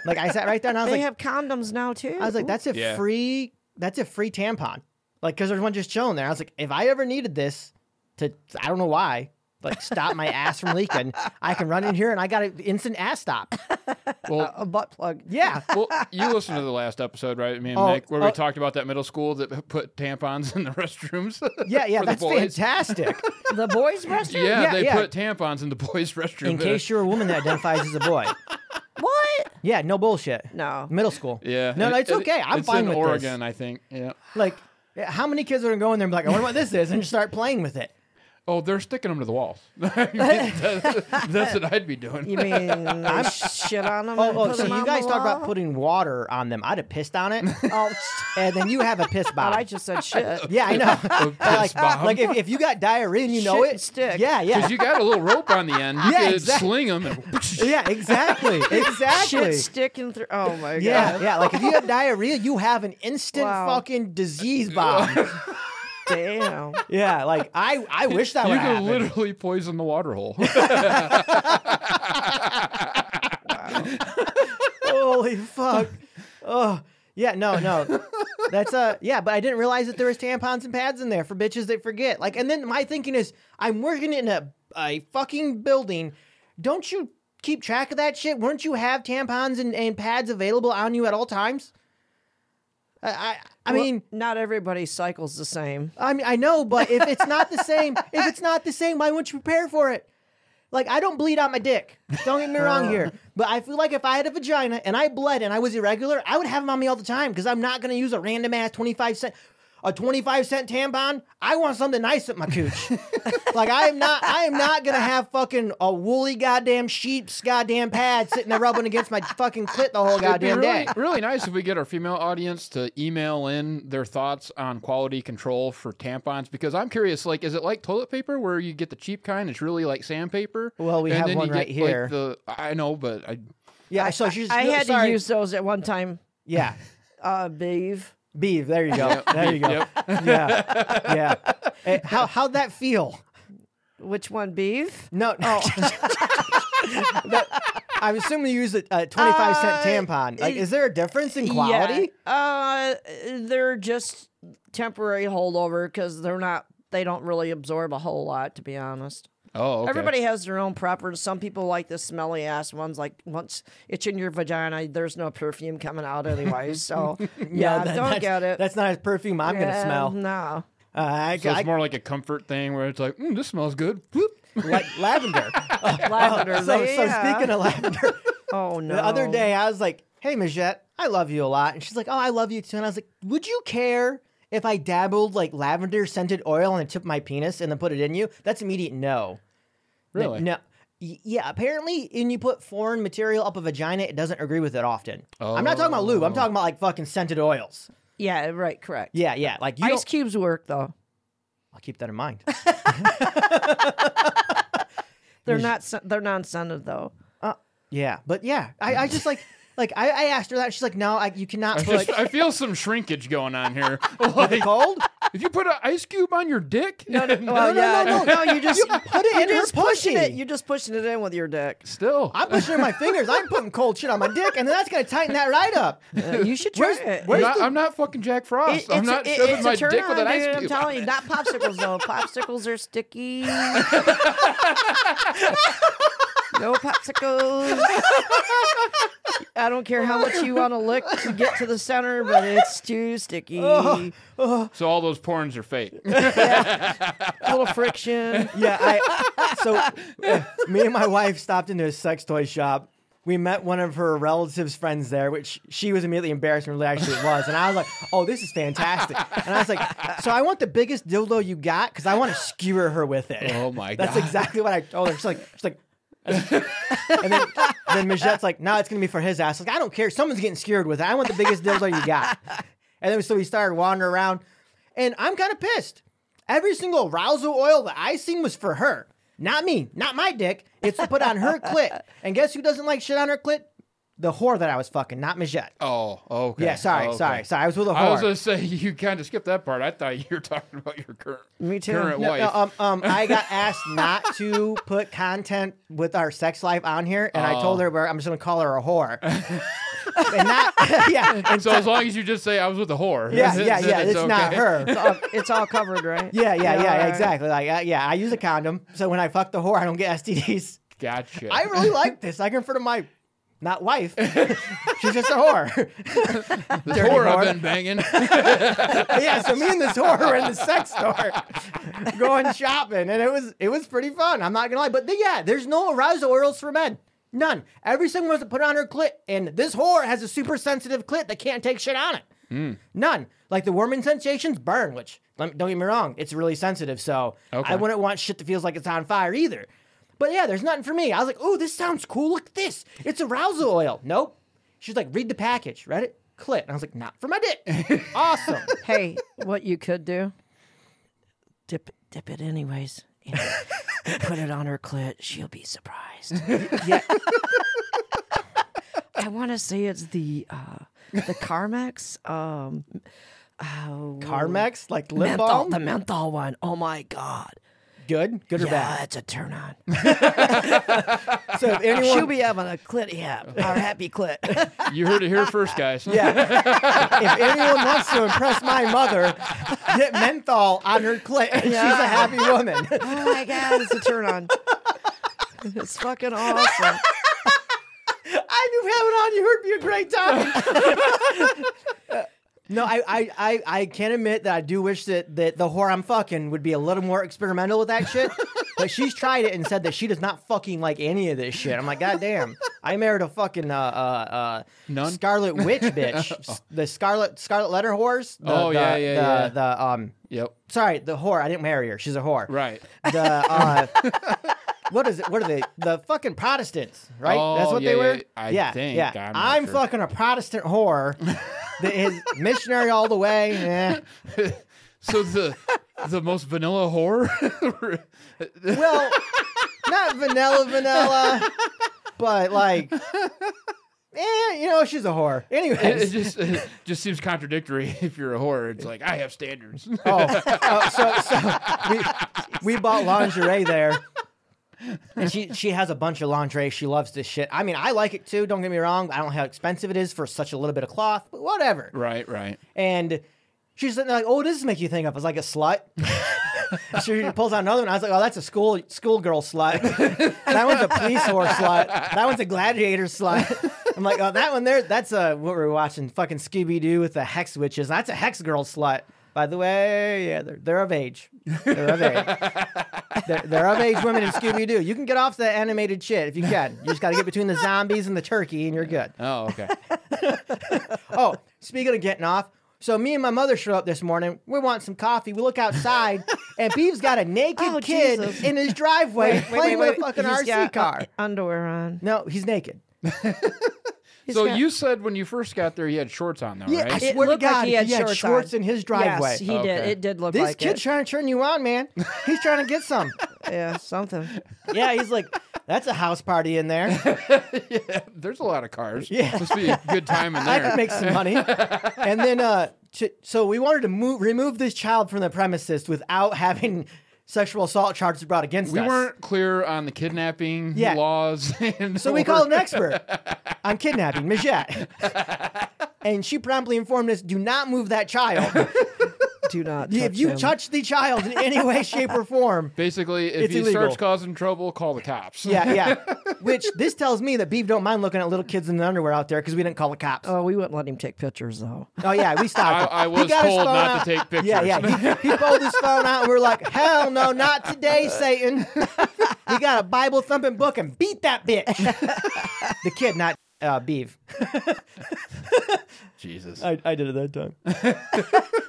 like I sat right there and I was
They
like,
have condoms now too.
I was like, that's a
Yeah.
free that's a free tampon. Like, cause there's one just chilling there. I was like, if I ever needed this to I don't know why, like stop my ass from leaking, I can run in here and I got an instant ass stop.
well,
a butt plug.
Yeah.
well, you listened to the last episode, right? Me and
Oh,
Nick, where
oh.
we talked about that middle school that put tampons <laughs> in the
<laughs>
restrooms.
Yeah,
<laughs>
yeah,
for the
that's
boys.
fantastic.
The boys'
<laughs>
restroom.
Yeah,
Yeah,
they
yeah.
put tampons in the boys' <laughs> restroom.
In case you're a woman that identifies as a boy.
What?
Yeah, no bullshit.
No.
Middle school.
yeah,
No, no,
It-
it's
it-
okay. I'm
it's
fine
in
with this.
Oregon, I think. Yeah.
Like, how many kids are gonna go in there and be like, I wonder what this is, and just start playing
<laughs>
with it?
Oh, they're sticking them to the
<laughs>
walls. <laughs> I mean, that's, that's what I'd be doing.
You mean i shit on them?
Oh,
and
oh
put
so
'em on
you
the
guys talk about
wall?
putting water on them. I'd have pissed on it,
<laughs> Oh,
and then you have a
<laughs>
piss
God,
bomb.
I just said
<laughs>
shit.
yeah, I know.
<laughs>
<laughs>
A piss
like,
bomb.
like if, if you got diarrhea and you know
Shit
it,
and stick.
Yeah, yeah,
Because you got a little rope on the end. You
<laughs> Yeah,
could
exact-
sling them. And
<laughs> yeah, exactly,
<laughs>
exactly.
Shit sticking through. Oh my god.
yeah, yeah. Like if you have diarrhea, you have an instant
Wow.
fucking
<laughs>
disease bomb.
Damn.
yeah, like I, I wish that
you
would
could
happen.
literally poison the water hole.
Holy fuck. Oh, yeah, no, no. That's uh yeah, but I didn't realize that there was tampons and pads in there for bitches that forget. Like and then my thinking is I'm working in a a fucking building. Don't you keep track of that shit? Wouldn't you have tampons and, and pads available on you at all times? I I, I
Well,
mean
not everybody cycles the same.
I mean, I know, but if it's not the same, if it's not the same, why wouldn't you prepare for it? Like, I don't bleed out my dick. Don't get me wrong here, but I feel like if I had a vagina and I bled and I was irregular, I would have them on me all the time because I'm not gonna use a random ass twenty five cent, a twenty five cent tampon. I want something nice at my cooch. like I am not, I am not gonna have fucking a woolly goddamn sheep's goddamn pad sitting there rubbing against my fucking clit the whole
It'd be
<laughs> goddamn
really,
day.
really nice if we get our female audience to email in their thoughts on quality control for tampons because I'm curious. Like, is it like toilet paper where you get the cheap kind? It's really like sandpaper.
Well, we
and
have
then
one
you get,
right here.
Like the, I know, but I
Yeah, so she's.
I had
sorry.
to use those at one time.
Yeah,
Uh, beef.
beef. There you go. there you go. <laughs>
Yep.
<laughs>
yeah, yeah. Eh, how how'd that feel?
Which one? Beef.
No, no.
Oh.
<laughs> That- I'm assuming you use a, a 25 cent
Uh,
tampon. Like, is there a difference in quality?
Yeah. Uh, they're just temporary holdover because they're not. They don't really absorb a whole lot, to be honest.
Oh, okay.
Everybody has their own preference. Some people like the smelly ass ones. Like once it's in your vagina, there's no perfume coming out anyway.
<laughs>
So yeah,
No, that-
don't
Uh, that's-
get it.
That's not as perfume I'm gonna
Yeah, mm-hmm.
smell. <laughs>
No.
Uh, I,
So
I-
it's more like a comfort thing where it's like, mm, this smells good. Whoop.
like lavender.
<laughs> Lavender.
Oh, so, <laughs> so
yeah.
speaking of lavender,
oh no.
the other day I was like, "Hey, Majette, I love you a lot," and she's like, "Oh, I love you too." And I was like, "Would you care if I dabbled like lavender scented oil on the tip of my penis and then put it in you?" That's immediate no.
Really?
No. Y- Yeah, apparently, when you put foreign material up a vagina, it doesn't agree with it often. I'm not talking about lube. I'm talking about like fucking scented oils.
Yeah. Right. Correct.
Yeah, yeah. Like you.
Ice
don't-
cubes work though.
I'll keep that in mind. <laughs>
They're not. sen- They're non-scented <laughs> though.
yeah, but yeah, I, I just like like I, I asked her that. She's like, no, I, you cannot
I,
put <laughs>
just, I feel some shrinkage going on here.
it
like,
cold.
if you put an ice cube on your dick,
Well,
no,
yeah.
no,
no,
no.
you just
You put
<laughs>
it
you're
in her
just pushing
pussy.
it. You're just pushing it in with your dick.
<laughs> still,
I'm pushing in my fingers. I'm putting cold shit on my dick, and then that's gonna tighten that right up.
Uh, you should try
Where's-
it.
I'm
where's
not,
the-
I'm not fucking Jack
It-
Frost. I'm
it's a-
not
it-
shoving
it's
my
a turn
dick with an
on,
ice
dude,
cube.
I'm telling you, not <laughs> popsicles though. Popsicles are sticky. No popsicles. I don't care how much you want to lick to get to the center, but it's too sticky. A
So all those porns are
<laughs>
fake.
little <laughs> friction.
Yeah, I so uh, me and my wife stopped into a sex toy shop. We met one of her relatives' friends there, which she was immediately embarrassed when it actually was. And I was like, "Oh, this is fantastic!" And I was like, "So I want the biggest dildo you got because I want to skewer her with it."
Oh my
<laughs> That's
god.
exactly what I told her. She's like,
<laughs>
she's like, and then then Michette's like, "No, it's gonna be for his ass." I was like, I don't care. Someone's getting skewered with it. I want the biggest dildo
<laughs>
you got. And then so we started wandering around, and I'm kind of pissed. Every single arousal oil that I seen was for her, not me, not my dick. It's put on her clit. And guess who doesn't like shit on her clit? The whore that I was fucking, not Michette.
Oh, okay.
Yeah, sorry,
Oh, okay.
sorry, sorry. I was with a whore.
I was gonna say you kind of skipped that part. I thought you were talking about your current
Me too.
current
No,
wife.
no, um, um, I got asked not to put content with our sex life on here, and I told her where I'm just gonna call her a whore. and not, <laughs> yeah, and-
so as long as you just say I was with the whore.
yeah,
then-
yeah,
then
yeah. It's, not
okay.
her. um,
It's all, it's all covered, right?
Yeah, yeah, yeah, yeah
Alright.
exactly. Like, uh, yeah, I use a condom, so when I fuck the whore, I don't get STDs.
Gotcha.
I really like this. I can refer to my not wife. <laughs> She's just a whore.
this
dirty
whore,
whore.
I've been banging.
yeah, so me and this whore were in the sex store going shopping, and it was it was pretty fun. I'm not gonna lie, but the, yeah, there's no arousal oils for men. None. Every single one's put on her clit, and this whore has a super sensitive clit that can't take shit on it. None. Like the warming sensations burn, which let me- don't get me wrong, it's really sensitive. So
Okay.
I wouldn't want shit that feels like it's on fire either. But yeah, there's nothing for me. I was like, oh, this sounds cool. Look at this. It's arousal oil. Nope. She's like, read the package. Read it. Clit. And I was like, not for my dick. awesome. <laughs>
Hey, what you could do? Dip, dip it anyways. You know, <laughs> put it on her clit. She'll be surprised.
<laughs> Yeah.
I want to say it's the uh, the Carmex. Um, oh,
Carmex, like lip
menthol,
balm.
the menthol one. Oh my god,
Good, good or
yeah,
bad.
it's a turn on.
<laughs> So if
<laughs>
anyone,
She'll be having a clit hap, our happy
<laughs>
clit.
you heard it here first, guys.
yeah. if anyone wants to impress my mother, get menthol on her clit. and She's a happy woman. <laughs>
oh my god, it's a turn on. It's fucking awesome.
I knew having on you would be a great time. <laughs> no, I, I, I, I can admit that I do wish that, that the whore I'm fucking would be a little more experimental with that <laughs> shit. but she's tried it and said that she does not fucking like any of this shit. I'm like, God damn. I married a fucking uh, uh, uh,
Nun?
Scarlet
<laughs>
Witch bitch. S- The Scarlet Scarlet Letter whores. The,
Oh,
the,
yeah, yeah,
the,
yeah.
The, um,
Yep.
sorry, the whore. I didn't marry her. She's a whore.
Right.
The, uh, what is it? What are they? The fucking Protestants, right? That's
Oh,
what
yeah,
they
yeah,
were.
yeah. I think.
Yeah.
I'm
I'm,
not sure.
fucking a Protestant whore that is missionary all the way. eh.
So the the most vanilla whore. <laughs>
Well, not vanilla, vanilla, but like, eh, you know, she's a whore.
it,
Anyways.
it just it just seems contradictory if you're a whore. It's like I have standards.
<laughs> Oh, uh, so, so we, we bought lingerie there. And she she has a bunch of lingerie. She loves this shit. I mean, I like it too. Don't get me wrong. I don't know how expensive it is for such a little bit of cloth, but whatever.
right. Right.
And she's sitting there like, "Oh, does this make you think of?" I was like, "A slut." she pulls out another one. I was like, "Oh, that's a school schoolgirl slut. <laughs> that one's a police whore slut. That one's a gladiator slut." I'm like, "Oh, that one there. That's a what we're watching. Fucking Scooby Doo with the hex witches. That's a hex girl slut." By the way, yeah, they're, they're of age. They're of age. they're, they're of age women in Scooby Doo. You can get off the animated shit if you can. You just got to get between the zombies and the turkey, and you're good.
Oh,
<laughs>
okay.
Oh, speaking of getting off, so me and my mother show up this morning. We want some coffee. We
<laughs>
look outside, and Beeves got a naked
Oh,
kid
Jesus.
in his driveway
Wait,
playing with
wait,
a fucking
he's
RC
got, uh, <laughs>
car.
underwear on.
no, he's naked.
He's
so
got-
you said when you first got there, you had shorts on, though,
Yeah,
right?
I
It
swear to
looked like
God,
he had
shorts,
shorts on.
in his driveway.
Yes, he did.
Okay.
It did look
this
like
kid's
it.
trying to turn you on, man. He's trying to
<laughs>
get some.
yeah,
<laughs>
something.
yeah, he's like, that's a house party in there.
There's a lot of cars.
Yeah.
Must be a good time in
<laughs> I
there.
could make some
<laughs>
money. And then, uh, to, so we wanted to move, remove this child from the premises without having sexual assault charges brought against
we
us.
weren't clear on the kidnapping
Yeah.
laws. <laughs> And
So we called an expert on kidnapping,
<laughs>
Michette. And she promptly informed us do not move that child.
do not. Touch
if you
him.
touch the child in any way, shape,
<laughs>
or form,
Basically, if
It's
he
illegal.
starts causing trouble, call the cops.
yeah, yeah. Which this tells me that Beef don't mind looking at little kids in the underwear out there because we didn't call the cops. Oh,
oh, we wouldn't let him take pictures though.
yeah, we
<laughs> I,
stopped. him.
I
He
was
got his
told
phone
not to
out.
take pictures.
<laughs> Yeah, yeah. He, he pulled his phone out and we are like, hell no,
<laughs>
not today, Satan. he got a Bible thumping book and beat
<laughs>
that bitch. the kid, not uh, Beef.
<laughs> Jesus.
I, I did it that time.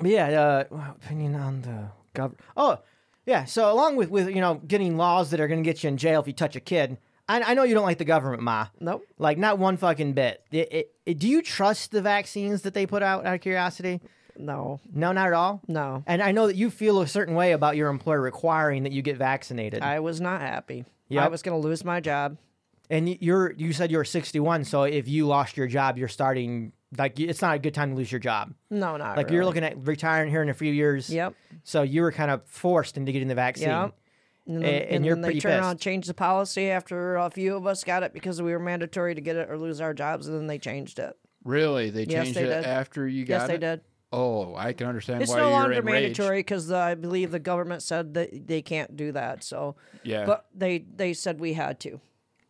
But yeah, uh, opinion on the government. Oh, yeah. So along with with you know getting laws that are going to get you in jail if you touch a kid, I, I know you don't like the government, ma.
Nope.
Like not one fucking bit. It- it- it- do you trust the vaccines that they put out? Out of curiosity,
No,
no, not at all.
no.
And I know that you feel a certain way about your employer requiring that you get vaccinated.
I was not happy. I
Yep.
was going to lose my job.
and you're you said you're 61, so if you lost your job, you're starting like it's not a good time to lose your job.
No, not
Like you're
really.
looking at retiring here in a few years.
Yep.
So you were kind of forced into getting the vaccine.
Yep. And,
A-
then,
and you're
then they
pretty
turn around,
pissed.
change the policy after a few of us got it because we were mandatory to get it or lose our jobs, and then they changed it.
Really? They
Yes,
changed
they
it
did.
after you got
yes,
it?
they did.
Oh, I can understand
It's
why
no
you're
longer
enraged.
mandatory because I believe the government said that they can't do that. So,
Yeah.
but they they said we had to,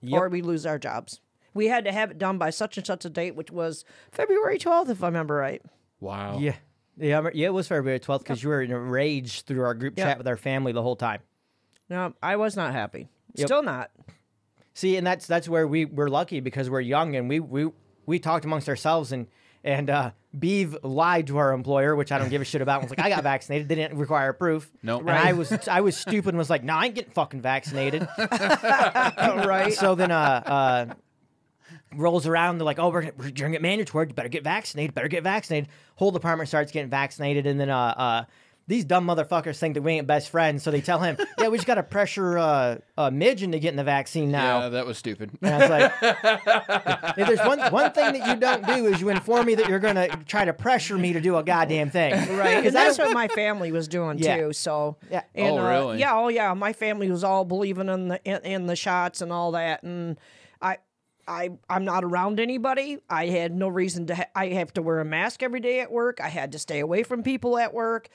Yep.
or we lose our jobs. We had to have it done by such and such a date, which was February 12th, if I remember right.
wow.
Yeah. Yeah, I remember- yeah, it was February 12th because you were enraged through our group
Yep.
chat with our family the whole time.
No, I was not happy.
Yep.
Still not.
See, and that's that's where we were lucky because we're young and we we we talked amongst ourselves and and uh Beeve lied to our employer, which I don't give a shit about. and was like, I got vaccinated. They didn't require proof.
Nope.
And I was I was stupid and was like, no, I ain't getting fucking vaccinated.
right.
so then uh, uh rolls around they're like oh we're gonna, we're gonna get mandatory you better get vaccinated better get vaccinated whole department starts getting vaccinated and then uh uh these dumb motherfuckers think that we ain't best friends so they tell him yeah we just gotta pressure uh, uh midge into getting the vaccine now
Yeah, that was
<laughs>
stupid.
and I was like,
<laughs>
if there's one, one thing that you don't do is you inform me that you're going to try to pressure me to do a goddamn thing.
Right. <laughs>
Because
And that's what my family was doing
Yeah.
too. So
Yeah.
And,
Oh,
uh,
really?
yeah. Oh yeah. My family was all believing in the in, in the shots and all that. And I. I, I'm not around anybody. I had no reason to. Ha- I have to wear a mask every day at work. I had to stay away from people at work.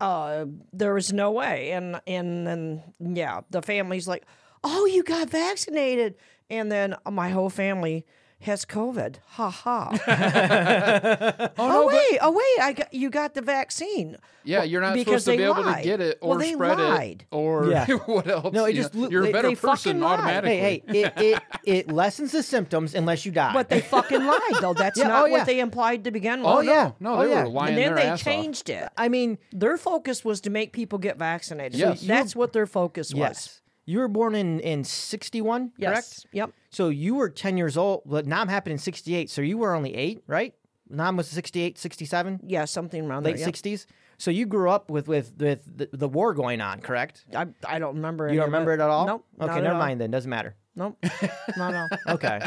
Uh, there was no way. And and then yeah, the family's like, "Oh, you got vaccinated," and then my whole family has COVID. Ha
<laughs>
ha. <laughs> Oh, wait, oh wait, I got, you got the vaccine.
Yeah, you're not supposed
because
to
they
be able to
lied.
get it or
Well, they
spread
lied.
it or
Yeah.
<laughs> what else.
No, it
you
just
know?
lo-
you're a
they-
better
they
person
fucking lied.
automatically.
hey, hey, it, it, it lessens the symptoms unless you die.
But they fucking lied, though. That's not
oh, yeah.
what they implied to begin with.
Oh,
yeah.
no, no,
Oh,
they
yeah.
were lying
And then
their
they
ass off.
changed it.
I mean,
Their focus was to make people get vaccinated.
Yes.
That's what their focus was.
yes. You were born in, in 61,
Yes.
correct?
Yep.
So you were 10 years old. Well, Nam happened in 68. So you were only eight, right? Nam was 68, 67,
Yeah, something around
late
there.
60s. So you grew up with, with, with the, the war going on, correct?
Yep. I, I don't remember.
You don't remember it at all?
Nope.
Okay,
not at
never
all.
mind then. Doesn't matter.
<laughs> Nope. Not at all. <laughs>
Okay.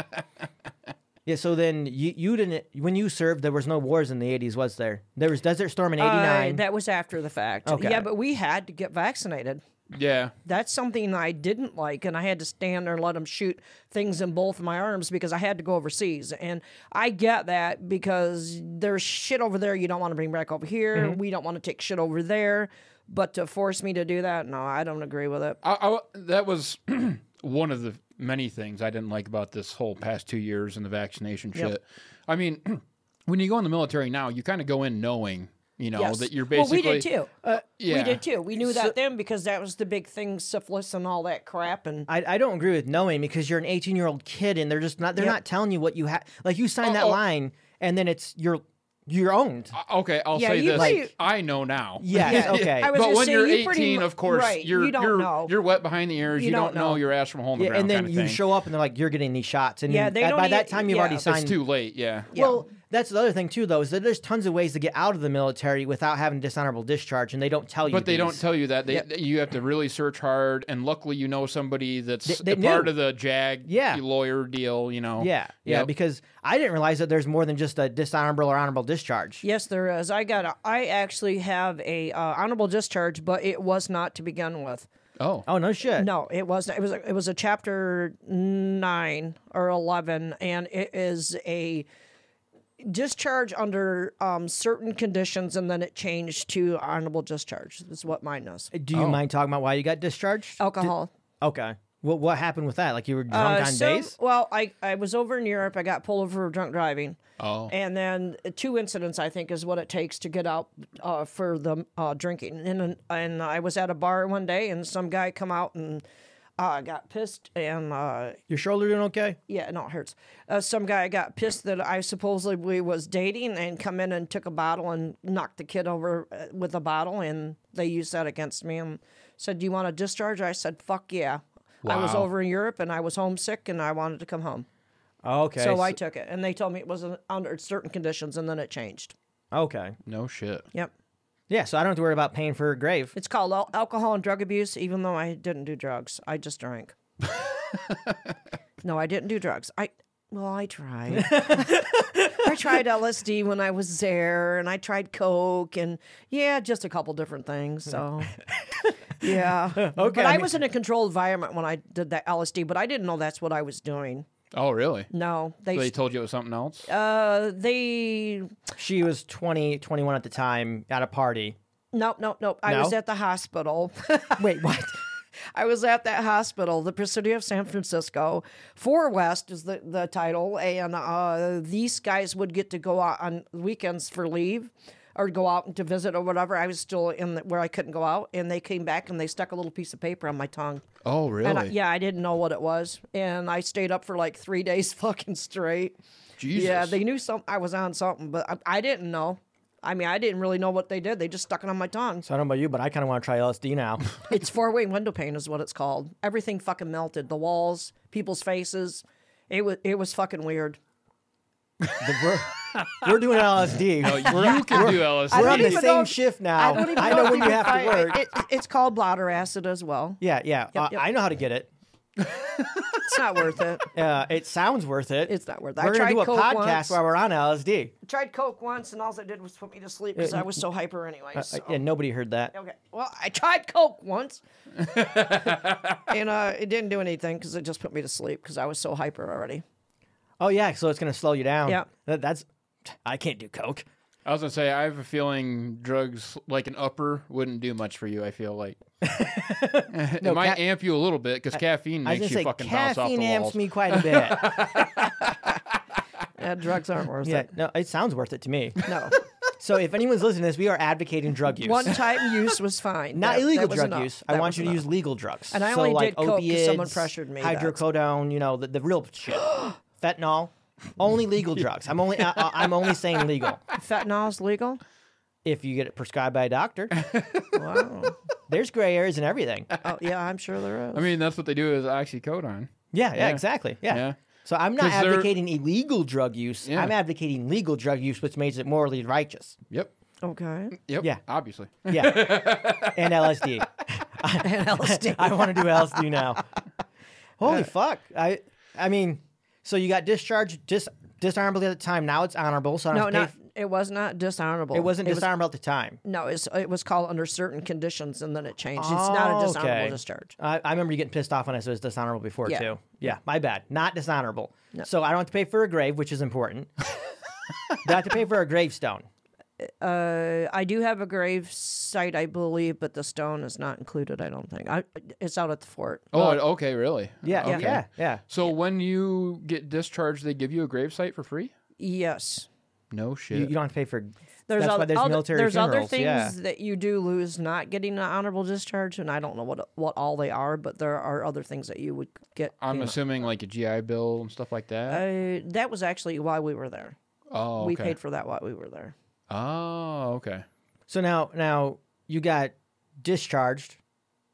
yeah. So then you you didn't when you served there was no wars in the eighties, was there? There was Desert Storm in eighty
Uh,
nine.
that was after the fact.
Okay.
Yeah, but we had to get vaccinated.
Yeah.
That's something I didn't like, and I had to stand there and let them shoot things in both my arms because I had to go overseas. And I get that because there's shit over there you don't want to bring back over here. We don't want to take shit over there. But to force me to do that, no, I don't agree with it.
I, I- that was <clears throat> one of the many things I didn't like about this whole past two years and the vaccination shit. I mean, <clears throat> when you go in the military now, you kind of go in knowing, you know,
Yes.
that you're basically.
well, we did too.
Yeah.
We did too. We knew that then because that was the big thing, syphilis and all that crap. And
I, I don't agree with knowing because you're an eighteen year old kid and they're just not they're
Yep.
not telling you what you have. Like you sign that
Uh-oh.
line and then it's you're you're owned.
Uh,
Uh, Okay, I'll
Yeah,
say
you
this.
like-
I know
<laughs>
now. <laughs>
Yes. Okay.
I was
but
gonna
when
say,
you're
you pretty
18,
mu-
of course,
right,
you're
you don't
are
know.
you're wet behind the ears. You, don't, know. your ass from home the
Yeah,
ground.
and then
kinda
you
thing.
show up and they're like you're getting these shots and
Yeah,
you-
they
at-
don't
by that
e-
time you've already
yeah. It's
signed
It's too late. Yeah.
Well, that's the other thing too, though, is that there's tons of ways to get out of the military without having dishonorable discharge, and they don't tell you.
But they don't
these.
tell you that. They, You have to really search hard. And luckily, you know somebody that's
They- they
a part
knew.
of the JAG
Yeah.
lawyer deal, you know.
Yeah, yeah,
Yep.
because I didn't realize that there's more than just a dishonorable or honorable discharge.
Yes, there is. I got. A, I actually have a uh, honorable discharge, but it was not to begin with.
Oh.
Oh no shit.
No, it wasn't. It was. A, it was a chapter nine or eleven, and it is a. discharge under um, certain conditions, and then it changed to honorable discharge. Is what mine does.
Do you mind talking about why you got discharged?
Alcohol.
Okay. What what happened with that? Like you were drunk
Uh,
on
so-
days?
Well, I, I was over in Europe. I got pulled over for drunk driving.
Oh.
And then two incidents, I think, is what it takes to get out uh, for the uh, drinking. And and I was at a bar one day, and some guy come out and uh, got pissed, and uh,
Your shoulder doing okay?
yeah, no, it hurts. Uh, some guy got pissed that I supposedly was dating, and come in and took a bottle and knocked the kid over uh, with a bottle, and they used that against me and said, "Do you want a discharge?" I said, "Fuck yeah." I was
Wow.
over in Europe and I was homesick and I wanted to come home.
Okay.
So I took it, and they told me it was uh, under certain conditions, and then it changed.
Okay.
No shit.
Yep,
Yeah, so I don't have to worry about paying for a grave.
it's called al- alcohol and drug abuse. Even though I didn't do drugs, I just <laughs> drank. no, I didn't do drugs. I well, I <laughs> tried. I tried LSD when I was there, and I tried coke, and yeah, just a couple different things. <laughs> So. Yeah. Okay. But
I
I,
mean-
was in a controlled environment when I did that LSD, but I didn't know that's what I was doing.
Oh, really?
No, they
They told you it was something else?
uh they
She was 20, 21 at the time at a party.
Nope, nope, nope. I
No?
was at the hospital. <laughs>
Wait, what?
I was at that hospital, the Presidio of San Francisco. Four West is the, the title. And uh, these guys would get to go out on weekends for leave or go out to visit or whatever. I was still in the, where I couldn't go out. And they came back and they stuck a little piece of paper on my tongue.
oh, really?
And I, yeah, I didn't know what it was. And I stayed up for like three <laughs> days fucking straight.
Jesus.
Yeah, they knew some. I was on something, but I, I didn't know. I mean, I didn't really know what they did. They just stuck it on my tongue.
So I don't know about you, but I kind of want to try LSD
<laughs>
now.
It's four way window pane is what it's called. Everything fucking melted. The walls, people's faces. It was it was fucking weird.
The- we're, we're
<laughs>
doing LSD.
Uh,
<laughs>
you can do LSD.
we're
don't
on the
even
same
know if-
shift now.
I don't even
I know
if
when you
can
have to
find-
work.
It, it's called blotter acid as well.
yeah, yeah. uh,
yep.
I know how to get it.
It's not worth it.
Uh, it sounds worth it.
It's not worth it. I
We're gonna
tried
do a
Coke
podcast
once.
while we're on LSD,
I <laughs> tried coke once, and all it did was put me to sleep because I was so hyper anyway.
Uh,
so-
yeah, nobody heard that.
Okay. Well, I tried coke <laughs> once, and uh, it didn't do anything because it just put me to sleep because I was so hyper already.
Oh yeah, so it's gonna slow you down.
Yeah.
That- that's. I can't do coke.
I was going to say, I have a feeling drugs, like an upper, wouldn't do much for you, I feel
<laughs>
like. it might
ca-
amp you a little bit because caffeine
I was
makes
gonna
you
say
fucking bounce off the
caffeine amps
walls.
me quite
<laughs>
a bit.
Yeah, Uh, drugs aren't worth
yeah,
it.
no, it sounds worth it to me.
<laughs> No.
So if anyone's listening to this, we are
<laughs>
advocating drug use.
One time use was fine.
not
That-
illegal
that was
drug
enough.
use. I
That
want
was
you to
enough.
use legal drugs.
And I
so
only did
like
coke 'cause someone
opiates,
pressured me, that's-
Hydrocodone, you know, the, the real
<gasps>
shit. Fentanyl. Only legal drugs. I'm only I, I- I'm only saying
<laughs>
legal.
Fentanyl's <laughs> legal.
If you get it prescribed by a doctor,
Wow.
there's gray areas and everything.
oh yeah, I'm sure there is.
I mean, that's what they do is oxycodone.
Yeah, yeah,
Yeah.
exactly. Yeah.
Yeah.
So I'm not
'Cause they're-
advocating illegal drug use.
Yeah.
I'm advocating legal drug use, which makes it morally righteous.
Yep.
okay.
Yep.
Yeah.
Obviously.
Yeah. and <laughs> LSD.
And LSD.
I want to do LSD now. Holy fuck! I I mean, so you got discharged dis dishonorably at the time. Now it's honorable. So I don't
no,
have to
not
pay f-
it was not dishonorable.
it wasn't dishonorable at the time.
No, it's, it was called under certain conditions, and then it changed. It's not a
Oh,
dishonorable
okay.
discharge.
I, I remember you getting pissed off when I said it was dishonorable before
Yeah.
too. Yeah, my bad. Not dishonorable. So I don't have to pay for a grave, which is important. They have to pay for a gravestone.
Uh, I do have a grave site, I believe, but the stone is not included. I don't think. I, it's out at the fort.
Oh, okay. Really?
Yeah,
Okay.
yeah, yeah.
So when you get discharged, they give you a gravesite for free?
Yes.
No shit.
You, you don't have to pay for.
There's
that's
other,
why there's
other-
military
there's other
funerals,
things
yeah.
that you do lose not getting an honorable discharge, and I don't know what what all they are, but there are other things that you would get.
I'm
you know.
assuming like a GI Bill and stuff like that.
Uh, that was actually why we were there.
oh, okay.
We paid for that while we were there.
oh, okay.
So now, now you got discharged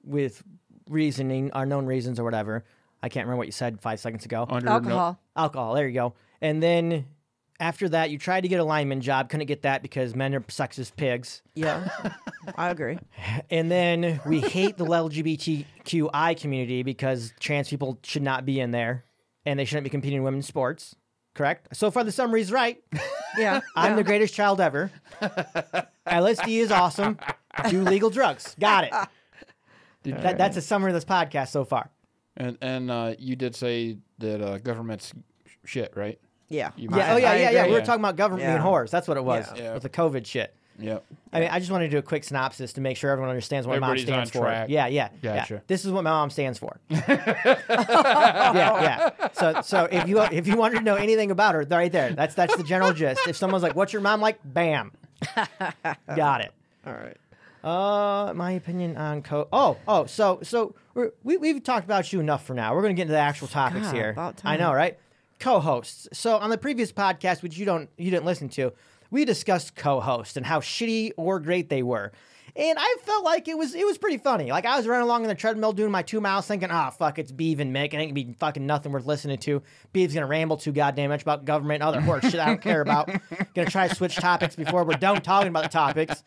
with reasoning, unknown reasons or whatever. I can't remember what you said five seconds ago.
Under no-
Alcohol.
alcohol. There you go. And then after that, you tried to get a lineman job, couldn't get that because men are sexist pigs.
Yeah, I agree.
And then we hate the LGBTQI community because trans people should not be in there, and they shouldn't be competing in women's sports. Correct. So far, the summary's right.
<laughs> Yeah,
I'm
yeah.
the greatest child
<laughs>
ever. LSD is awesome. Do legal drugs. Got it.
Did-
That, that's a summary of this podcast so far.
And and uh, you did say that uh, government's sh- shit, right?
Yeah.
You
Yeah.
might-
Oh yeah.
I
yeah. Yeah.
agree.
We were talking about government
Yeah.
and whores. That's what it was
Yeah. Yeah.
with the COVID shit.
Yep.
I mean, I just wanted to do a quick synopsis to make sure everyone understands what
Everybody's
mom stands
on track.
for. Yeah, yeah, yeah.
Gotcha.
This is what my mom stands
<laughs>
for. yeah, yeah. So, so if you if you wanted to know anything about her, right there, that's that's the general gist. If someone's like, "What's your mom like?" Bam, got it.
All right.
Uh, my opinion on co. Oh, oh. So, so we're, we we've talked about you enough for now. We're gonna get into the actual topics
God,
here.
about
I know,
time.
right? Co-hosts. So on the previous podcast, which you don't you didn't listen to, we discussed co-hosts and how shitty or great they were. And I felt like it was it was pretty funny. Like I was running along on the treadmill doing my two miles, thinking, "Ah, fuck, it's Beav and Mick. It ain't gonna be fucking nothing worth listening to. Beav's gonna ramble too goddamn much about government and other horse shit I don't care about. Gonna try to switch topics before we're done talking about the topics."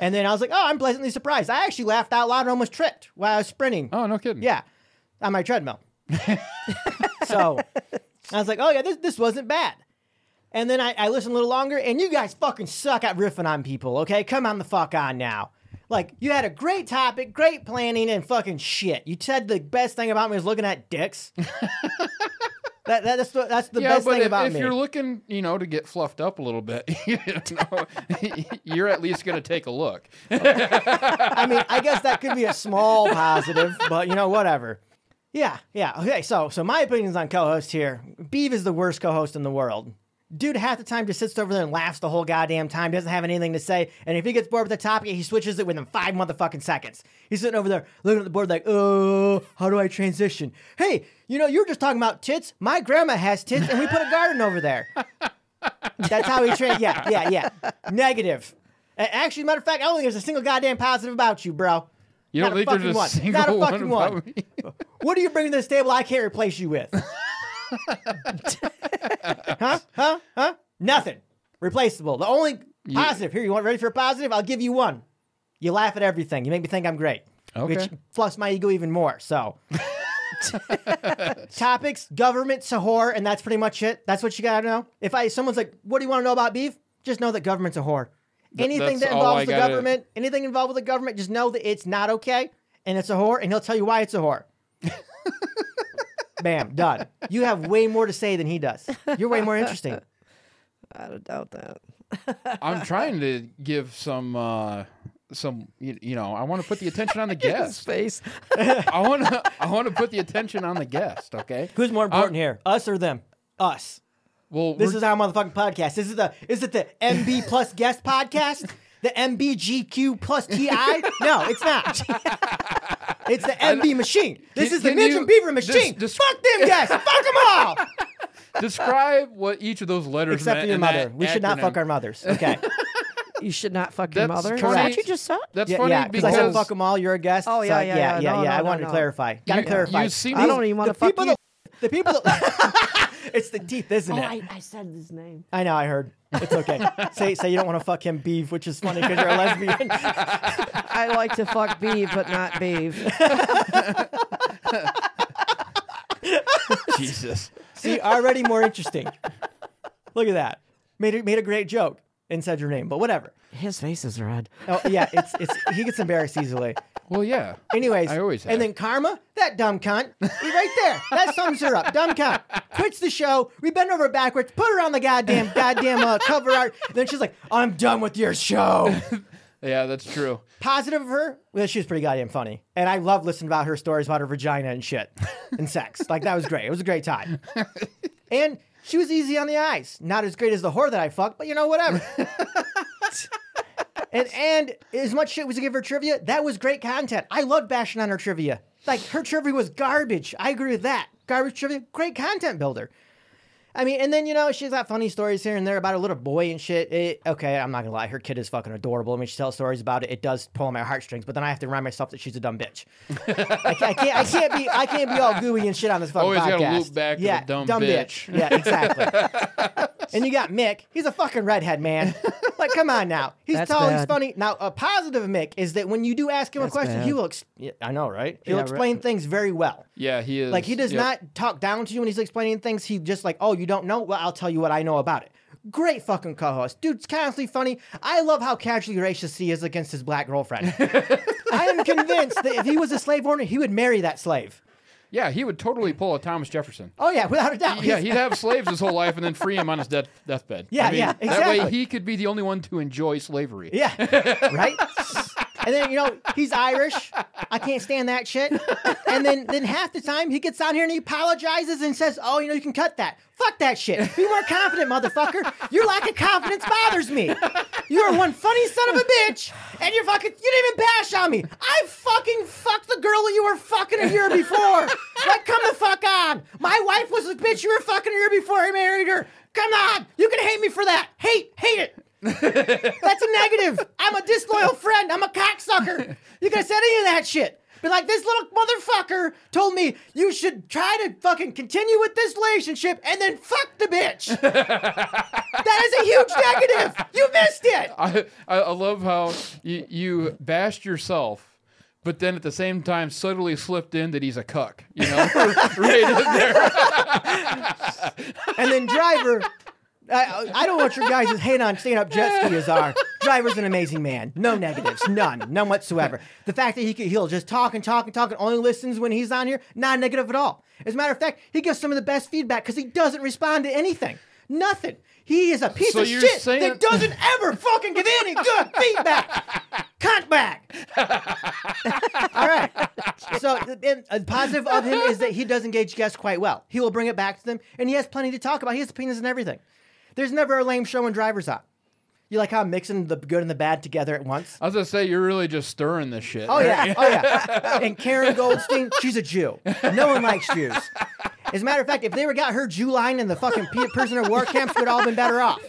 And then I was like, "Oh, I'm pleasantly surprised. I actually laughed out loud and almost tripped while I was sprinting."
Oh, no kidding.
Yeah, on my
<laughs>
treadmill. so <laughs> I was like, oh yeah, this this wasn't bad. And then I, I listened a little longer, and you guys fucking suck at riffing on people. Okay, come on the fuck on now. Like you had a great topic, great planning, and fucking shit. You said the best thing about me was looking
<laughs>
at dicks. that, that- that's the, that's the
yeah,
best
but
thing
if,
about
if
me.
you're looking, you know, to get fluffed up a little bit, <laughs> you know, you're at least going to take a look.
I mean, I guess that could be
<laughs>
a small positive, but you know, whatever. Yeah, yeah. Okay, so so my opinions on co-host here. Beav is the worst co-host in the world. Dude half the time just sits over there and laughs the whole goddamn time, doesn't have anything to say, and if he gets bored with the topic, he switches it within five motherfucking seconds. He's sitting over there looking at the board like, oh, how do I transition? Hey, you know, you were just talking about tits. My grandma has tits, and we put a garden over there. That's how he trained. Yeah, yeah, yeah. Negative. A- Actually, matter of fact, I don't think there's a single goddamn positive about you, bro.
You don't
Not a
think
fucking
there's a
one.
single
Not
<laughs>
a
one
fucking
about
one.
me?
What are you bringing to this table I can't replace you with? huh? Huh? Huh? Nothing. Replaceable. The only positive. Here, you want ready for a positive? I'll give you one. You laugh at everything. You make me think I'm great. Which
Okay.
fluffs my ego even more. So topics, government, Sahor, and that's pretty much it. That's what you gotta know. If I someone's like, what do you want to know about beef? Just know that government's a whore. Anything
that's
that
all I
involves the
gotta-
government, anything involved with the government, just know that it's not okay and it's a whore, and he'll tell you why it's
<laughs>
a whore. Bam, done. You have way more to say than he does. You're way more interesting.
I don't doubt that.
<laughs>
I'm trying to give some, uh, some, you, you know, I want to put the attention
<laughs>
on the
His
guest.
face.
I want to, I want to put the attention on the guest.
<laughs>
Okay.
Who's more important here, us or them? Us.
Well,
This
we're-
is our motherfucking podcast. This is the is it the MB plus guest podcast? The MBGQ
<laughs>
plus TI? No, it's not. It's the MB machine. This
Can-
is the
can
Ninja
you-
and Beaver
this-
machine.
this-
Fuck them <laughs> guys. Fuck them
<laughs>
all.
describe what each of those letters
Except
meant
for your
in
mother.
that
We should not
acronym.
fuck
<laughs>
our mothers. Okay.
You should not fuck your
That's
mother. Is that
correct.
what you just said?
That's
Yeah,
funny
yeah. Because
because
I said fuck them all. You're a guest.
Oh,
so
yeah,
I-
yeah,
yeah,
yeah.
yeah.
No,
yeah. I
no,
wanted
no, no.
to clarify. Gotta
you,
clarify.
You see
I don't even want to
the
fuck
people
you. Oh,
that- <laughs>
<laughs>
the people that- it's the teeth, isn't it?
I, I said his name.
I know, I heard. It's okay. say say you don't want to fuck him beef, which is funny because you're a lesbian.
<laughs> <laughs> I like to fuck Beeve, but not <laughs> Beeve.
Jesus.
See, already more interesting. Look at that. Made a, made a great joke and said your name, but whatever.
His face is red.
Oh yeah, it's it's he gets embarrassed easily.
Well, yeah.
Anyways,
I always have.
and then Karma, that dumb cunt, he right there. That sums her up. Dumb cunt quits the show. We bend over backwards, put her on the goddamn goddamn uh, cover art. Then she's like, "I'm done with your show."
Yeah, that's true.
Positive of her, well, she was pretty goddamn funny, and I love listening about her stories about her vagina and shit and sex. Like that was great. It was a great time. And she was easy on the eyes. Not as great as the whore that I fucked, but you know, whatever. and and as much shit was to give her trivia, that was great content. I loved bashing on her trivia. Like her trivia was garbage. I agree with that. Garbage trivia, great content builder. I mean, and then you know she's got funny stories here and there about a little boy and shit. It, okay, I'm not gonna lie, her kid is fucking adorable. I mean, she tells stories about it. It does pull on my heartstrings, but then I have to remind myself that she's a dumb bitch. I, ca- I can't, I can't be, I can't be all gooey and shit on this fucking
Always
podcast.
gotta loop back to the
yeah,
dumb bitch.
Yeah, exactly. <laughs> and you got Mick. He's a fucking redhead man. <laughs> Like, come on now. He's
That's
tall. He's
bad.
funny. Now, a positive of Mick is that when you do ask him
That's
a question,
bad.
he will. Ex- yeah, I know, right? He'll
Yeah, right.
explain things very well.
Yeah, he is.
Like he does
yep.
not talk down to you when he's explaining things. He just like, oh, you don't know? Well, I'll tell you what I know about it. Great fucking co-host, dude's constantly funny. I love how casually racist he is
<laughs>
against his black girlfriend. I am convinced that if he was a slave owner, he would marry that slave.
Yeah, he would totally pull a Thomas Jefferson.
Oh yeah, without a
<laughs>
doubt.
Yeah, he'd have slaves his whole life and then free him on his death, deathbed.
Yeah, yeah,
That way
exactly.
he could be the only one to enjoy slavery.
Yeah. Right? And then, you know, he's Irish. I can't stand that shit. And then then half the time he gets on here and he apologizes and says, Oh, you know, you can cut that. Fuck that shit. Be more confident, motherfucker. Your lack of confidence bothers me. You are one funny son of a bitch, and you're fucking you didn't even bash on me. I fucking fucked the girl that you were fucking a year before. Like, come the fuck on. My wife was the bitch you were fucking a year before I married her. Come on! You can hate me for that! Hate, hate it! That's a negative. I'm a disloyal friend. I'm a cocksucker. You could have said any of that shit. But like this little motherfucker told me you should try to fucking continue with this relationship and then fuck the bitch. that is a huge negative. You missed it.
I, I I love how you, you bashed yourself, but then at the same time subtly slipped in that he's a cuck. You
<laughs>
know, <laughs> right in there.
And then driver, I, I don't want your guys' hate on stand up jet skiers are. Driver's an amazing man. No negatives, none, none whatsoever. The fact that he could, he'll just talk and talk and talk and only listens when he's on here, not negative at all. As a matter of fact, he gives some of the best feedback because he doesn't respond to anything, nothing. He is a piece
So
of
you're
shit
saying-
that doesn't ever fucking give any good feedback. Cunt back. All right. So and a positive of him is that he does engage guests quite well. He will bring it back to them, and he has plenty to talk about. He has opinions and everything. There's never a lame show when drivers on. You like how I'm mixing the good and the bad together at once?
I was gonna say you're really just stirring this shit.
Oh yeah, oh yeah. And Karen Goldstein, she's a Jew. No one likes Jews. As a matter of fact, if they were got her Jew line in the fucking pe- prisoner war camps, we'd all been better off.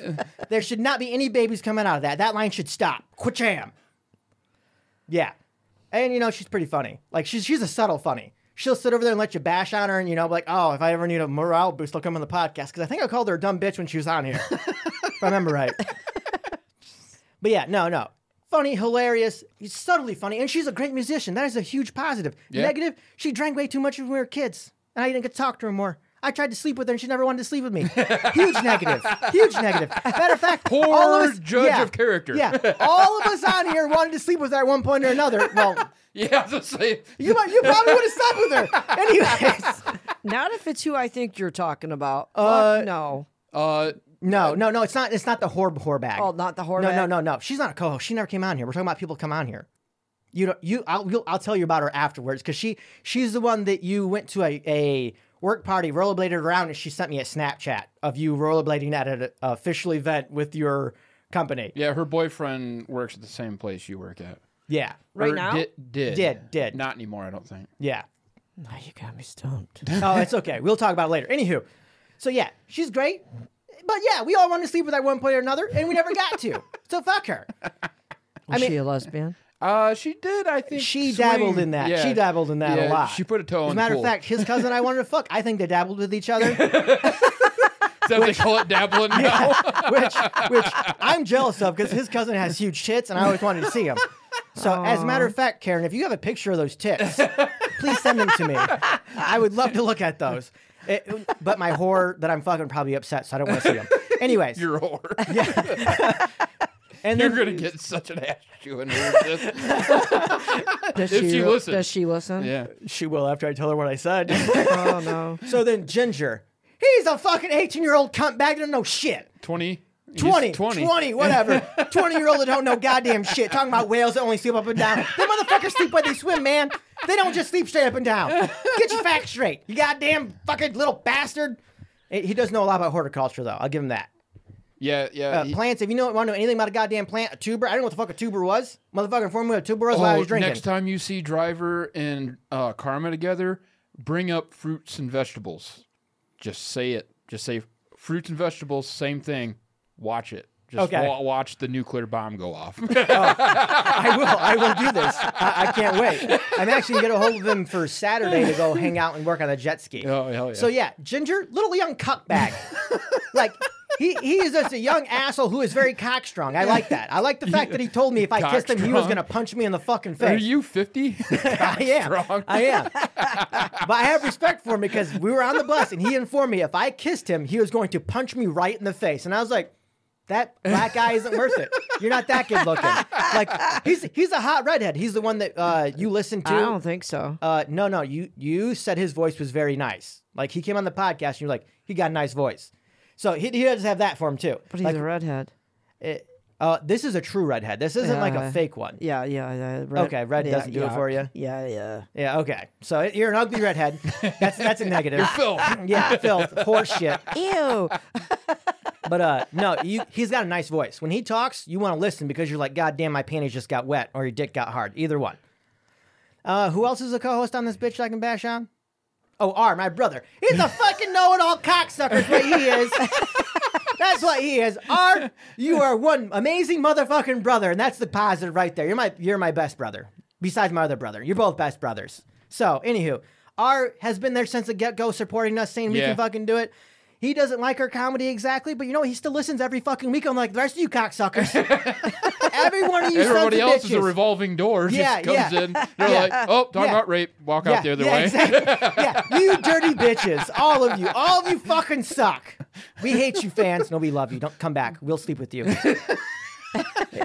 There should not be any babies coming out of that. That line should stop. Quacham. Yeah, and you know she's pretty funny. Like she's she's a subtle funny. She'll sit over there and let you bash on her, and you know, be like, oh, if I ever need a morale boost, I'll come on the podcast because I think I called her a dumb bitch when she was
<laughs>
on here, if I remember right. But yeah, no, no. Funny, hilarious, subtly funny, and she's a great musician. That is a huge positive.
Yeah.
Negative, she drank way too much when we were kids, and I didn't get to talk to her more. I tried to sleep with her, and she never wanted to sleep
<laughs>
with me. Huge negative. Huge negative. Matter of fact,
Poor
all of us,
judge
yeah,
of character.
Yeah, all of us on here wanted to sleep with her at one point or another. Well,
<laughs> yeah. I was gonna say
you might, you probably would have slept with her. Anyways,
Not if it's who I think you're talking about.
Uh,
Fuck no.
uh,
no, no, no. It's not. It's not the whore whore bag.
Oh, not the horror.
No, no, no, no. She's not a co-host. She never came on here. We're talking about people who come on here. You don't. You. I'll. You'll, I'll tell you about her afterwards because she. She's the one that you went to a, a work party, rollerbladed around, and she sent me a Snapchat of you rollerblading at an official event with your company.
yeah. Her boyfriend works at the same place you work at.
Yeah.
Right
Or
now?
Did, did
Did, did.
not anymore. I don't think.
Yeah.
No, you got me stumped.
oh, it's okay. We'll talk about it later. Anywho, so yeah, she's great. But yeah, we all wanted to sleep with her at one point or another, and we never got to. So fuck her.
Was
mean-
she a lesbian?
Uh, she did. I think
She
swing-
dabbled in that.
yeah.
She dabbled in that
Yeah,
a lot.
She put a toe in
As a
the
matter
pool.
of fact, his cousin and I wanted to fuck. I think they dabbled with each other,
<laughs> Is that what they call it
<laughs>
dabbling now?
which which I'm jealous of because his cousin has huge tits, and I always wanted to see him. So, as a matter of fact, Karen, if you have a picture of those tits, please send them to me. I would love to look at those. It- but my whore that I'm fucking probably upset, so I don't want
<laughs>
to see them. Anyways,
You're a whore.
<laughs> and
You're
then
gonna get such an ass chewing over
<laughs>
this.
Does
If
she,
she listened.
Does she listen?
Yeah.
she will after I tell her what I said.
Oh no.
so then Ginger, he's a fucking 18 year old cunt bag that don't know shit.
Twenty. He's
20,
20.
20, whatever. 20 year old that don't know goddamn shit. Talking about whales that only sleep up and down. Them motherfuckers sleep where they swim, man. They don't just sleep straight up and down. Get your facts straight. You goddamn fucking little bastard. Eh, He does know a lot about horticulture, though. I'll give him that.
Yeah, yeah.
Uh,
he-
plants, if you know, want to know anything about a goddamn plant, a tuber, I don't know what the fuck a tuber was. Motherfucker informed me what a tuber was while I
oh,
was drinking.
next time you see Driver and uh, Karma together, bring up fruits and vegetables. Just say it. Just say fruits and vegetables. Same thing. Watch it. Just
Okay.
wa- watch the nuclear bomb go
<laughs>
off.
I will. I will do this. I, I can't wait. I'm actually going to get a hold of him for Saturday to go hang out and work on a jet ski.
Oh, hell yeah.
So yeah, Ginger, little young cuckbag. like he, he is just a young asshole who is very cockstrong. I like that. I like the fact that he told me if I kissed him, he was
Cockstrong.
going to punch me in the fucking
Are
face.
you
<laughs>
fifty? <laughs>
I am.
Strong.
I am. but I have respect for him because we were on the bus and he informed me if I kissed him, he was going to punch me right in the face. And I was like, That black guy isn't worth it. You're not that good looking. Like he's he's a hot redhead. He's the one that uh, you listen to.
I don't think so.
Uh, no, no, you you said his voice was very nice. Like he came on the podcast, and you're like, he got a nice voice. So he, he does have that for him too.
But he's
Like,
a redhead.
it- uh, this is a true redhead. This isn't like a
Yeah.
fake one.
Yeah, yeah, yeah.
Okay, red doesn't do it for ya.
Yeah, yeah.
Yeah. Okay. So it- you're an ugly redhead. That's that's a negative.
<laughs>
Phil.
yeah, filth, horse shit.
Ew.
But uh, no, you, he's got a nice voice. When he talks, you want to listen because you're like, God damn, my panties just got wet or your dick got hard. Either one. Uh, who else is a co-host on this bitch that I can bash on? Oh, R, my brother. He's a fucking know-it-all cocksucker. Is what he is. <laughs> that's what he is. R, you are one amazing motherfucking brother, and that's the positive right there. You're my you're my best brother. Besides my other brother, you're both best brothers. So, anywho, R has been there since the get-go, supporting us, saying we
Yeah.
can fucking do it. He doesn't like our comedy exactly, but you know what? he still listens every fucking week. I'm like the rest of you cocksuckers. <laughs> every one of you. sons
Everybody
of
else is a
bitches.
revolving door. <laughs> Just
Yeah,
comes
yeah.
in. They're
Yeah.
like, oh, talking
Yeah.
about rape. Walk out the other
yeah,
way. <laughs>
Exactly. yeah, you dirty bitches, all of you, all of you fucking suck. We hate you, fans. No, we love you. Don't come back. We'll sleep with you.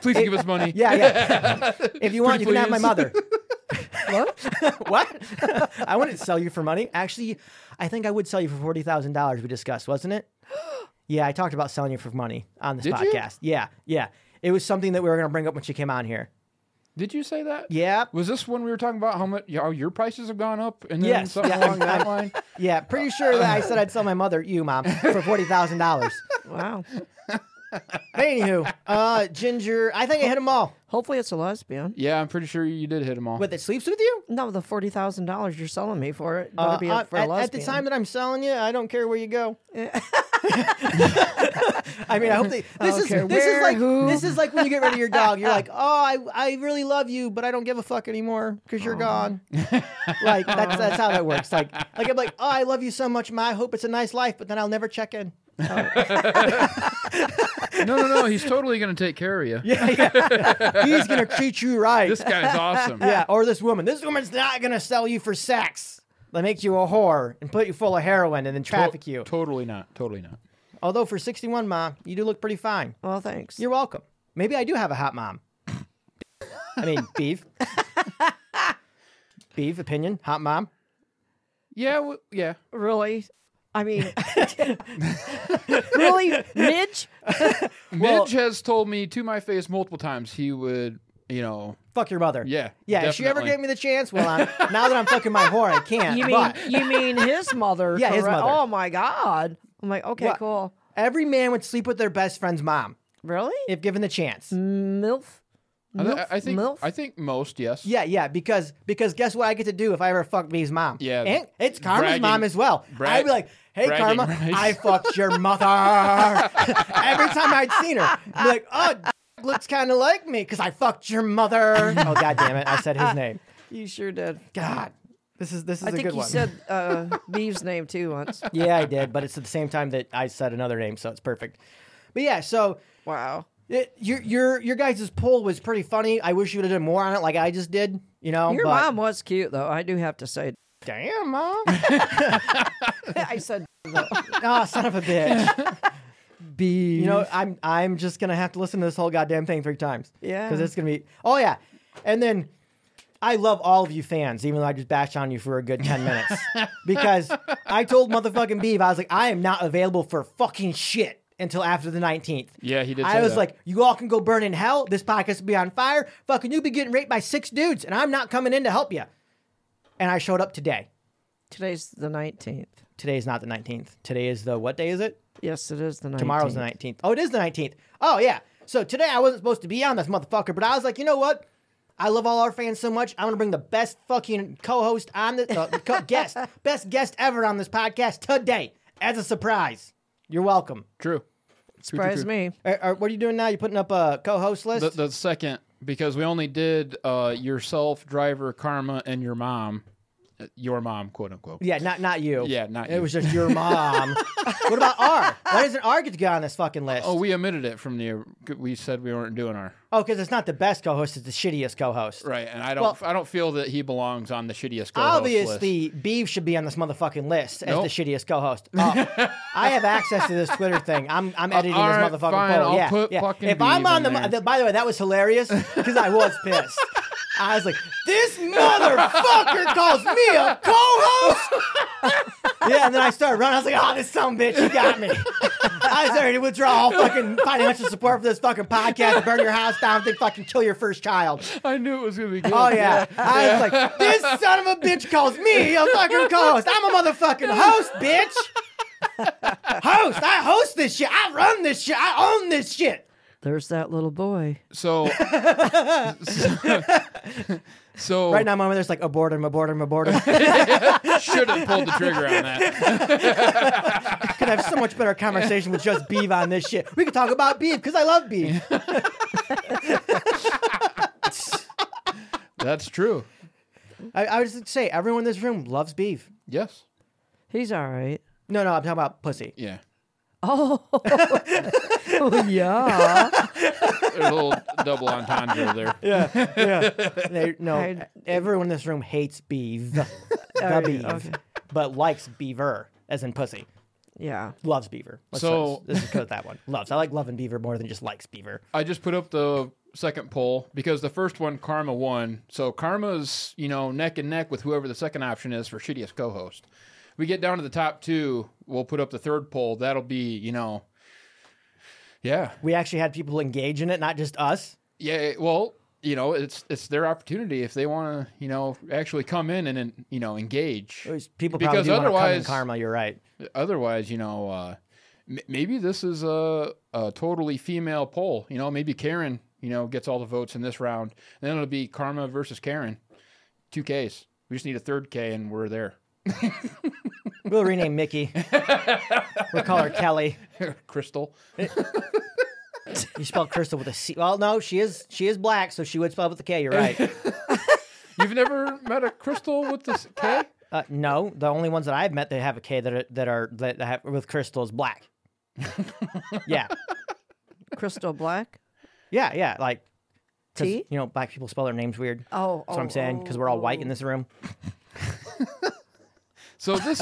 Please give us money.
Yeah, yeah.
<laughs>
If you want, you can have my
please.
mother. <laughs>
What?
what? <laughs> I wouldn't sell you for money. Actually, I think I would sell you for forty thousand dollars. We discussed, wasn't it? <gasps> Yeah, I talked about selling you for money on this
Did you?
podcast. Yeah, yeah. It was something that we were going to bring up when she came on here.
Did you say that?
Yeah,
Was this when we were talking about how much how your prices have gone up and then
Yes.
something
Yeah.
along that line?
yeah. Pretty sure that I said I'd sell my mother, you mom, for forty thousand dollars.
Wow.
Anywho, uh, Ginger, I think I hit them all.
Hopefully it's a lesbian.
Yeah, I'm pretty sure you did hit them all.
But that sleeps with you.
No, the forty thousand dollars you're selling me for it better
Uh,
be
I-
for a
at,
lesbian.
at the time that I'm selling you, I don't care where
<laughs>
you go. I mean, I hope they. This is
Okay,
this is
where,
like
who?
this is like when you get rid of your dog. You're
<laughs>
like, oh, I, I really love you, but I don't give a fuck anymore because you're
<laughs>
gone. like that's that's how that works. Like like I'm like, oh, I love you so much, ma. I hope it's a nice life, but then I'll never check in. <laughs>
no, no, no. He's totally going to take care of you.
Yeah, yeah. he's gonna treat you right.
This guy's awesome.
<laughs> yeah, or this woman. This woman's not gonna sell you for sex. They make you a whore and put you full of heroin and then
To-
traffic you.
Totally not. Totally not.
Although for 61, mom, you do look pretty fine.
well, thanks.
You're welcome. Maybe I do have a hot mom. I mean, beef. beef opinion, hot mom.
Yeah, w- yeah.
really? I
<laughs>
mean, <laughs> really, Midge?
Midge has told me to my face multiple times he would, you know,
Fuck your mother.
yeah,
Yeah, if she ever
definitely.
gave me the chance, well, I'm, now that I'm fucking my whore, I can't.
You mean
but
you mean his mother?
<laughs> Yeah, his
correct?
mother.
Oh my god! I'm like, okay,
What?
cool.
every man would sleep with their best friend's mom
Really?
if given the chance.
Milf?
I, th-
Milf?
I think
Milf?
I think most yes.
Yeah, yeah, because because guess what I get to do if I ever fuck B's mom?
Yeah.
and it's Karma's
Bragging-
mom as well.
brag-
I'd be like, "Hey,
bragging
Karma,
rights.
I fucked your mother." <laughs> Every time I'd seen her, I'd be like, "Oh, looks kind of like me because I fucked your mother." oh God damn it! I said his name.
you sure did.
<laughs> God, this is this is
I
a
think
good
you
one.
said uh, Beeve's name too once.
<laughs> yeah, I did, but it's at the same time that I said another name, so it's perfect. But yeah, so
Wow.
it, your your your guys' poll was pretty funny. I wish you would have done more on it, like I just did. You know,
Your
Oh, but-
mom was cute though. I do have to
<laughs>
say. <laughs>
Damn, mom.
I said
Oh, son of a
<laughs>
bitch. B. You know, I'm I'm just gonna have to listen to this whole goddamn thing three times.
Yeah.
Because it's gonna be oh yeah. And then I love all of you fans, even though I just bashed on you for a good
<laughs>
ten minutes. because I told motherfucking Beeve, I was like, I am not available for fucking shit until after the nineteenth.
Yeah, he did
I
say
was
that.
like, you all can go burn in hell. This podcast will be on fire. Fucking you be getting raped by six dudes, and I'm not coming in to help you. And I showed up today.
today's the nineteenth.
Today is not the nineteenth. Today is the what day is it?
Yes, it is the nineteenth.
Tomorrow's the 19th. Oh, it is the 19th. Oh, yeah. So today I wasn't supposed to be on this motherfucker, but I was like, you know what? I love all our fans so much. I'm going to bring the best fucking co host on the uh, co- <laughs> guest, best guest ever on this podcast today as a surprise. You're welcome.
true.
Surprise me.
Are- are- what are you doing now? You putting up a co host list?
The, the second because we only did uh, yourself, driver, karma, and your mom uh, your mom, quote unquote.
Yeah, not not you.
Yeah, not
It
you.
was just your
<laughs>
mom. what about R? Why doesn't R get to get on this fucking list?
Oh, we omitted it from the. We said we weren't doing our
Oh, because it's not the best co-host; it's the shittiest co-host.
right, and I don't.
Well-
I don't feel that he belongs on the shittiest. co-host list.
Obviously, Beeve should be on this motherfucking list as
Nope.
the
<laughs>
shittiest co-host. Oh, I have access to this Twitter thing. I'm I'm editing
Uh, all right,
this motherfucking
fine,
poll.
I'll
yeah,
put
yeah.
fucking
if I'm
Beeve
on
on
the, mo-
there.
the- by the way, that was hilarious because I was pissed. I was like, this motherfucker calls me a co-host. yeah, and then I started running. I was like, oh, this some bitch, you got me. I was ready to withdraw all fucking financial support for this fucking podcast, burn your house down, then fucking kill your first child.
I knew it was gonna be good.
<laughs>
Oh yeah. I was like, this son of a bitch calls me a fucking co-host. I'm a motherfucking host,
<laughs>
bitch. host. I host this shit. I run this shit. I own this shit.
There's that little boy.
<laughs>
<laughs>
So, so, so
Right now, my mother's like, abort him, abort him,
<laughs>
abort him.
<laughs> should have pulled the trigger on that.
Could have so much better conversation with just Beeve on this shit. We could talk about Beeve because I love
<laughs>
Beeve.
That's true.
I, I would just say everyone in this room loves Beeve.
Yes.
He's all right. <laughs>
No, no, I'm talking about pussy.
Yeah.
<laughs>
Oh, Oh, yeah.
There's a little double entendre there.
Yeah, yeah. They,
<laughs>
no,
I-
everyone in this room hates
<laughs>
Beeve, the
All right,
Beeve,
okay.
but likes Beaver as in pussy.
Yeah.
loves Beaver. Let's
So-
let's, let's go
<laughs>
with that one. Loves. I like loving Beaver more than just likes Beaver.
I just put up the second poll because the first one, Karma won. So Karma's, you know, neck and neck with whoever the second option is for shittiest co host. We get down to the top two, we'll put up the third poll. That'll be, you know, yeah.
We actually had people engage in it, not just us.
Yeah. Well, you know, it's it's their opportunity if they want to, you know, actually come in and, and you know engage.
It was- people probably
because
do wanna come in
otherwise,
karma. You're right.
otherwise, you know, uh, m- maybe this is a, a totally female poll. You know, maybe Karen, you know, gets all the votes in this round. And then it'll be Karma versus Karen. Two Ks. We just need a third K and we're there. <laughs>
We'll rename Mickey. we'll call her Kelly.
Crystal.
You spell Crystal with a C. Well, no, she is she is black, so she would spell with a K.
<laughs>
You're right.
You've never <laughs> met a Crystal with this K?
Uh, no, the only ones that I've met that have a K that are that are that have with Crystal is
<laughs>
black. yeah,
Crystal Black.
yeah, yeah. Like 'cause,
T?
You know, black people spell their names weird. That's
Oh,
what I'm saying. Because we're all white in this room.
So this,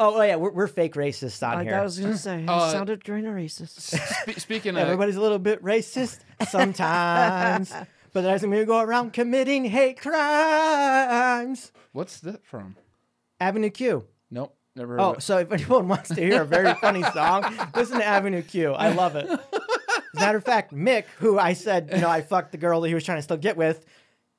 Oh, oh, yeah, we're, we're fake racists on
I,
here.
I was gonna say, it
Uh,
sounded drain racist.
spe- speaking of,
Everybody's a little
<laughs>
bit racist sometimes, but that doesn't mean we go around committing hate crimes.
what's that from?
Avenue Q.
Nope, never. Heard
Oh,
of it.
so if anyone wants to hear a very
<laughs>
funny song, listen to Avenue Q. I love it. As a matter of fact, Mick, who I said, you know, I fucked the girl that he was trying to still get with,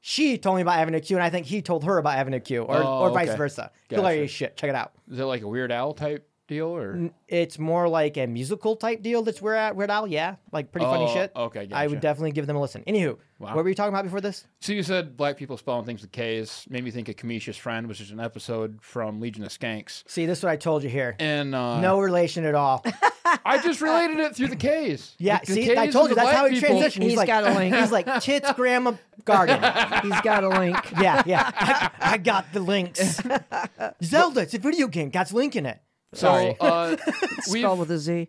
she told me about Avenue Q, and I think he told her about Avenue Q, or,
Oh,
or vice
okay.
versa.
Gotcha.
Hilarious shit. Check it out.
is it like a Weird Owl type deal or?
it's more like a musical type deal that's we're at Weird Al, yeah, like pretty funny
Oh,
shit.
okay,
I
gotcha.
would definitely give them a listen. Anywho,
Wow.
what were you talking about before this?
So you said black people spelling things with K's made me think of Kamisha's friend, which is an episode from Legion of Skanks.
See, this is what I told you here.
And uh,
No relation
<laughs>
at all.
I just related it through the K's.
Yeah,
The
see,
K's
I
and
told you
the
that's
black
how he
people.
transitioned. He's,
He's
like,
got a link. <laughs>
He's like, tits, grandma, garden.
He's got a
<laughs>
link.
yeah,
<laughs>
yeah. I, I got the links. Zelda, it's a video game. Got Link in it. Sorry.
So,
<laughs>
uh,
Spelled
we've,
with a Z.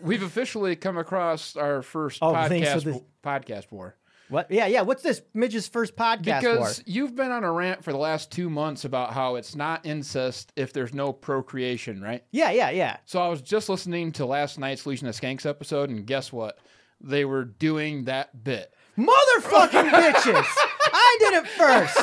we've officially come across our first
Oh, thanks for
podcast,
this.
podcast war.
What? Yeah, yeah. What's this midge's first podcast
Because
for?
you've been on a rant for the last two months about how it's not incest if there's no procreation, right?
Yeah, yeah, yeah.
So I was just listening to last night's Legion of Skanks episode, and guess what? They were doing that bit.
Motherfucking bitches! <laughs> I did it first!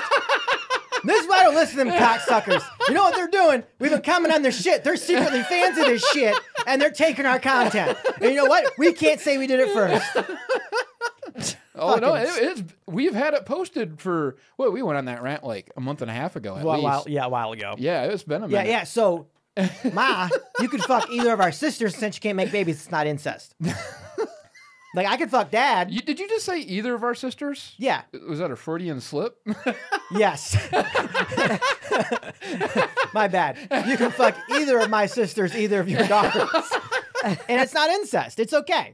This is why I don't listen to them cocksuckers. You know what they're doing? We've been coming on their shit. They're secretly fans of this shit, and they're taking our content. And you know what? We can't say we did it first.
Oh no, it,
Fucking-
it's we've had it posted for well, we went on that rant like a month and a half ago at
Well,
least.
while- yeah, a while ago.
Yeah, it's been a
Yeah,
minute.
yeah. So, Ma, you could fuck either of our sisters since you can't make babies. It's not <laughs> incest. Like, I could fuck dad.
You, did you just say either of our sisters?
Yeah.
Was that a Freudian slip? <laughs>
Yes. my bad. You can fuck either of my sisters, either of your daughters. and it's not incest. It's okay.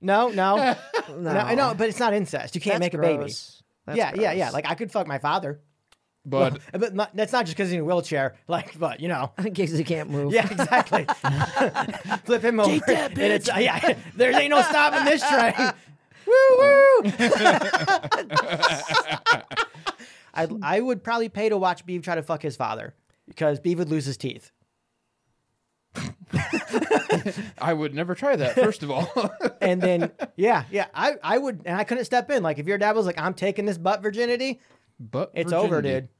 No, no.
No,
No, I know, but it's not incest. You can't
That's
make a baby.
gross. That's
yeah, yeah, yeah.
gross.
Like I could fuck my father,
But
but not, that's not just because he's in a wheelchair. Like, but you know,
<laughs> in case he can't move.
<laughs> yeah, exactly. Flip him over.
Take that,
And it's- yeah, <laughs> there ain't
<laughs>
no stopping this train. woo woo. <laughs> I I would probably pay to watch Beav try to fuck his father because Beav would lose his teeth.
I would never try that. First of
<laughs>
all, <laughs>
<laughs>
and then yeah, yeah, I, I would, and I couldn't step in. Like if your dad was like, "I'm taking this butt virginity,"
but
it's over,
virginity.
dude.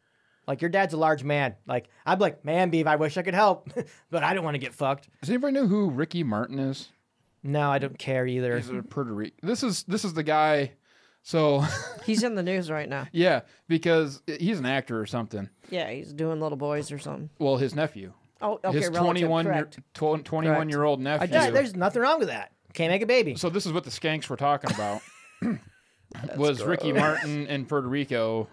Like your dad's a large man. Like I'd be like, "Man, Beav, I wish I could help, <laughs> but I don't want to get fucked."
Does anybody know who Ricky Martin is?
No, I don't care either.
He's a Puerto Rican. This is this is the guy. So <laughs>
He's in the news right now.
yeah, because he's an actor or something.
Yeah, he's doing little boys or something.
Well, his nephew,
Oh, okay,
his
relative,
21 year,
correct.
21
Correct.
year old nephew.
Yeah, there's nothing wrong with that. Can't make a baby.
so this is what the skanks were talking
<laughs>
about. <coughs> was Ricky Martin in Puerto Rico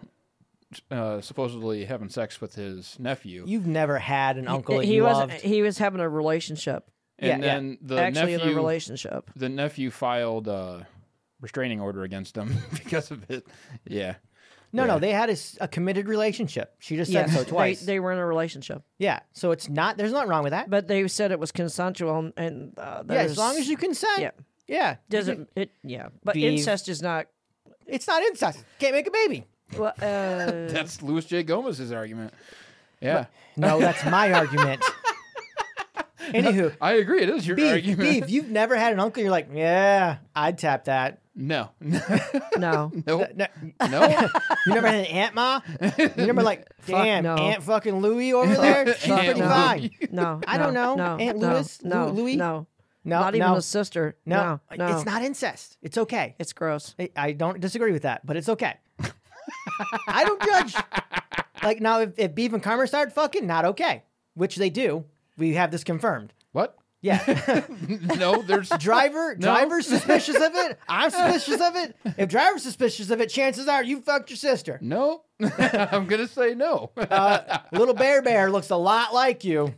uh, supposedly having sex with his nephew?
You've never had an uncle that
he
you
was
loved.
he was having a relationship.
and
yeah, yeah.
then the
actually in a
nephew
relationship.
the nephew filed a restraining order against him <laughs> because of it. Yeah.
no, no, they had a, s- a committed relationship. She just said
Yes,
so twice.
They, they were in a relationship,
yeah, so it's not. There's nothing wrong with that.
but they said it was consensual, and uh,
yeah, as long as you consent.
yeah.
yeah.
doesn't it. Yeah, but
Be-
incest is not.
It's not incest. Can't make a baby.
Well,
<laughs>
uh,
That's Luis J. Gomez's argument. Yeah.
No, that's
<laughs>
my argument. Anywho,
I agree. It is your
Beef,
argument.
beef, you've never had an uncle. You're like, yeah, I'd tap that.
<laughs> No. <laughs> no.
no.
No.
<laughs> No,
No.
you never had an aunt, ma. You
<laughs>
never like, damn,
no.
aunt fucking Louie over
<laughs>
there. She's
Aunt
pretty
Louie.
fine.
No,
<laughs> I
no,
don't know.
No,
Aunt
no,
Louis? Lu-
no,
Louis?
no,
No,
not even
no,
a sister.
no,
No, no,
it's not incest. It's okay.
It's gross.
I- I don't disagree with that, but it's okay. I don't
<laughs>
judge. Like now, if, if beef and Karma started fucking, not okay. Which they do. We have this confirmed.
What?
Yeah.
<laughs>
No.
<laughs>
There's.
Driver, driver's suspicious of it.
<laughs>
I'm suspicious of it. If driver's suspicious of it, chances are you fucked your sister.
No. <laughs> I'm gonna say no. <laughs>
Little Bear Bear looks a lot like you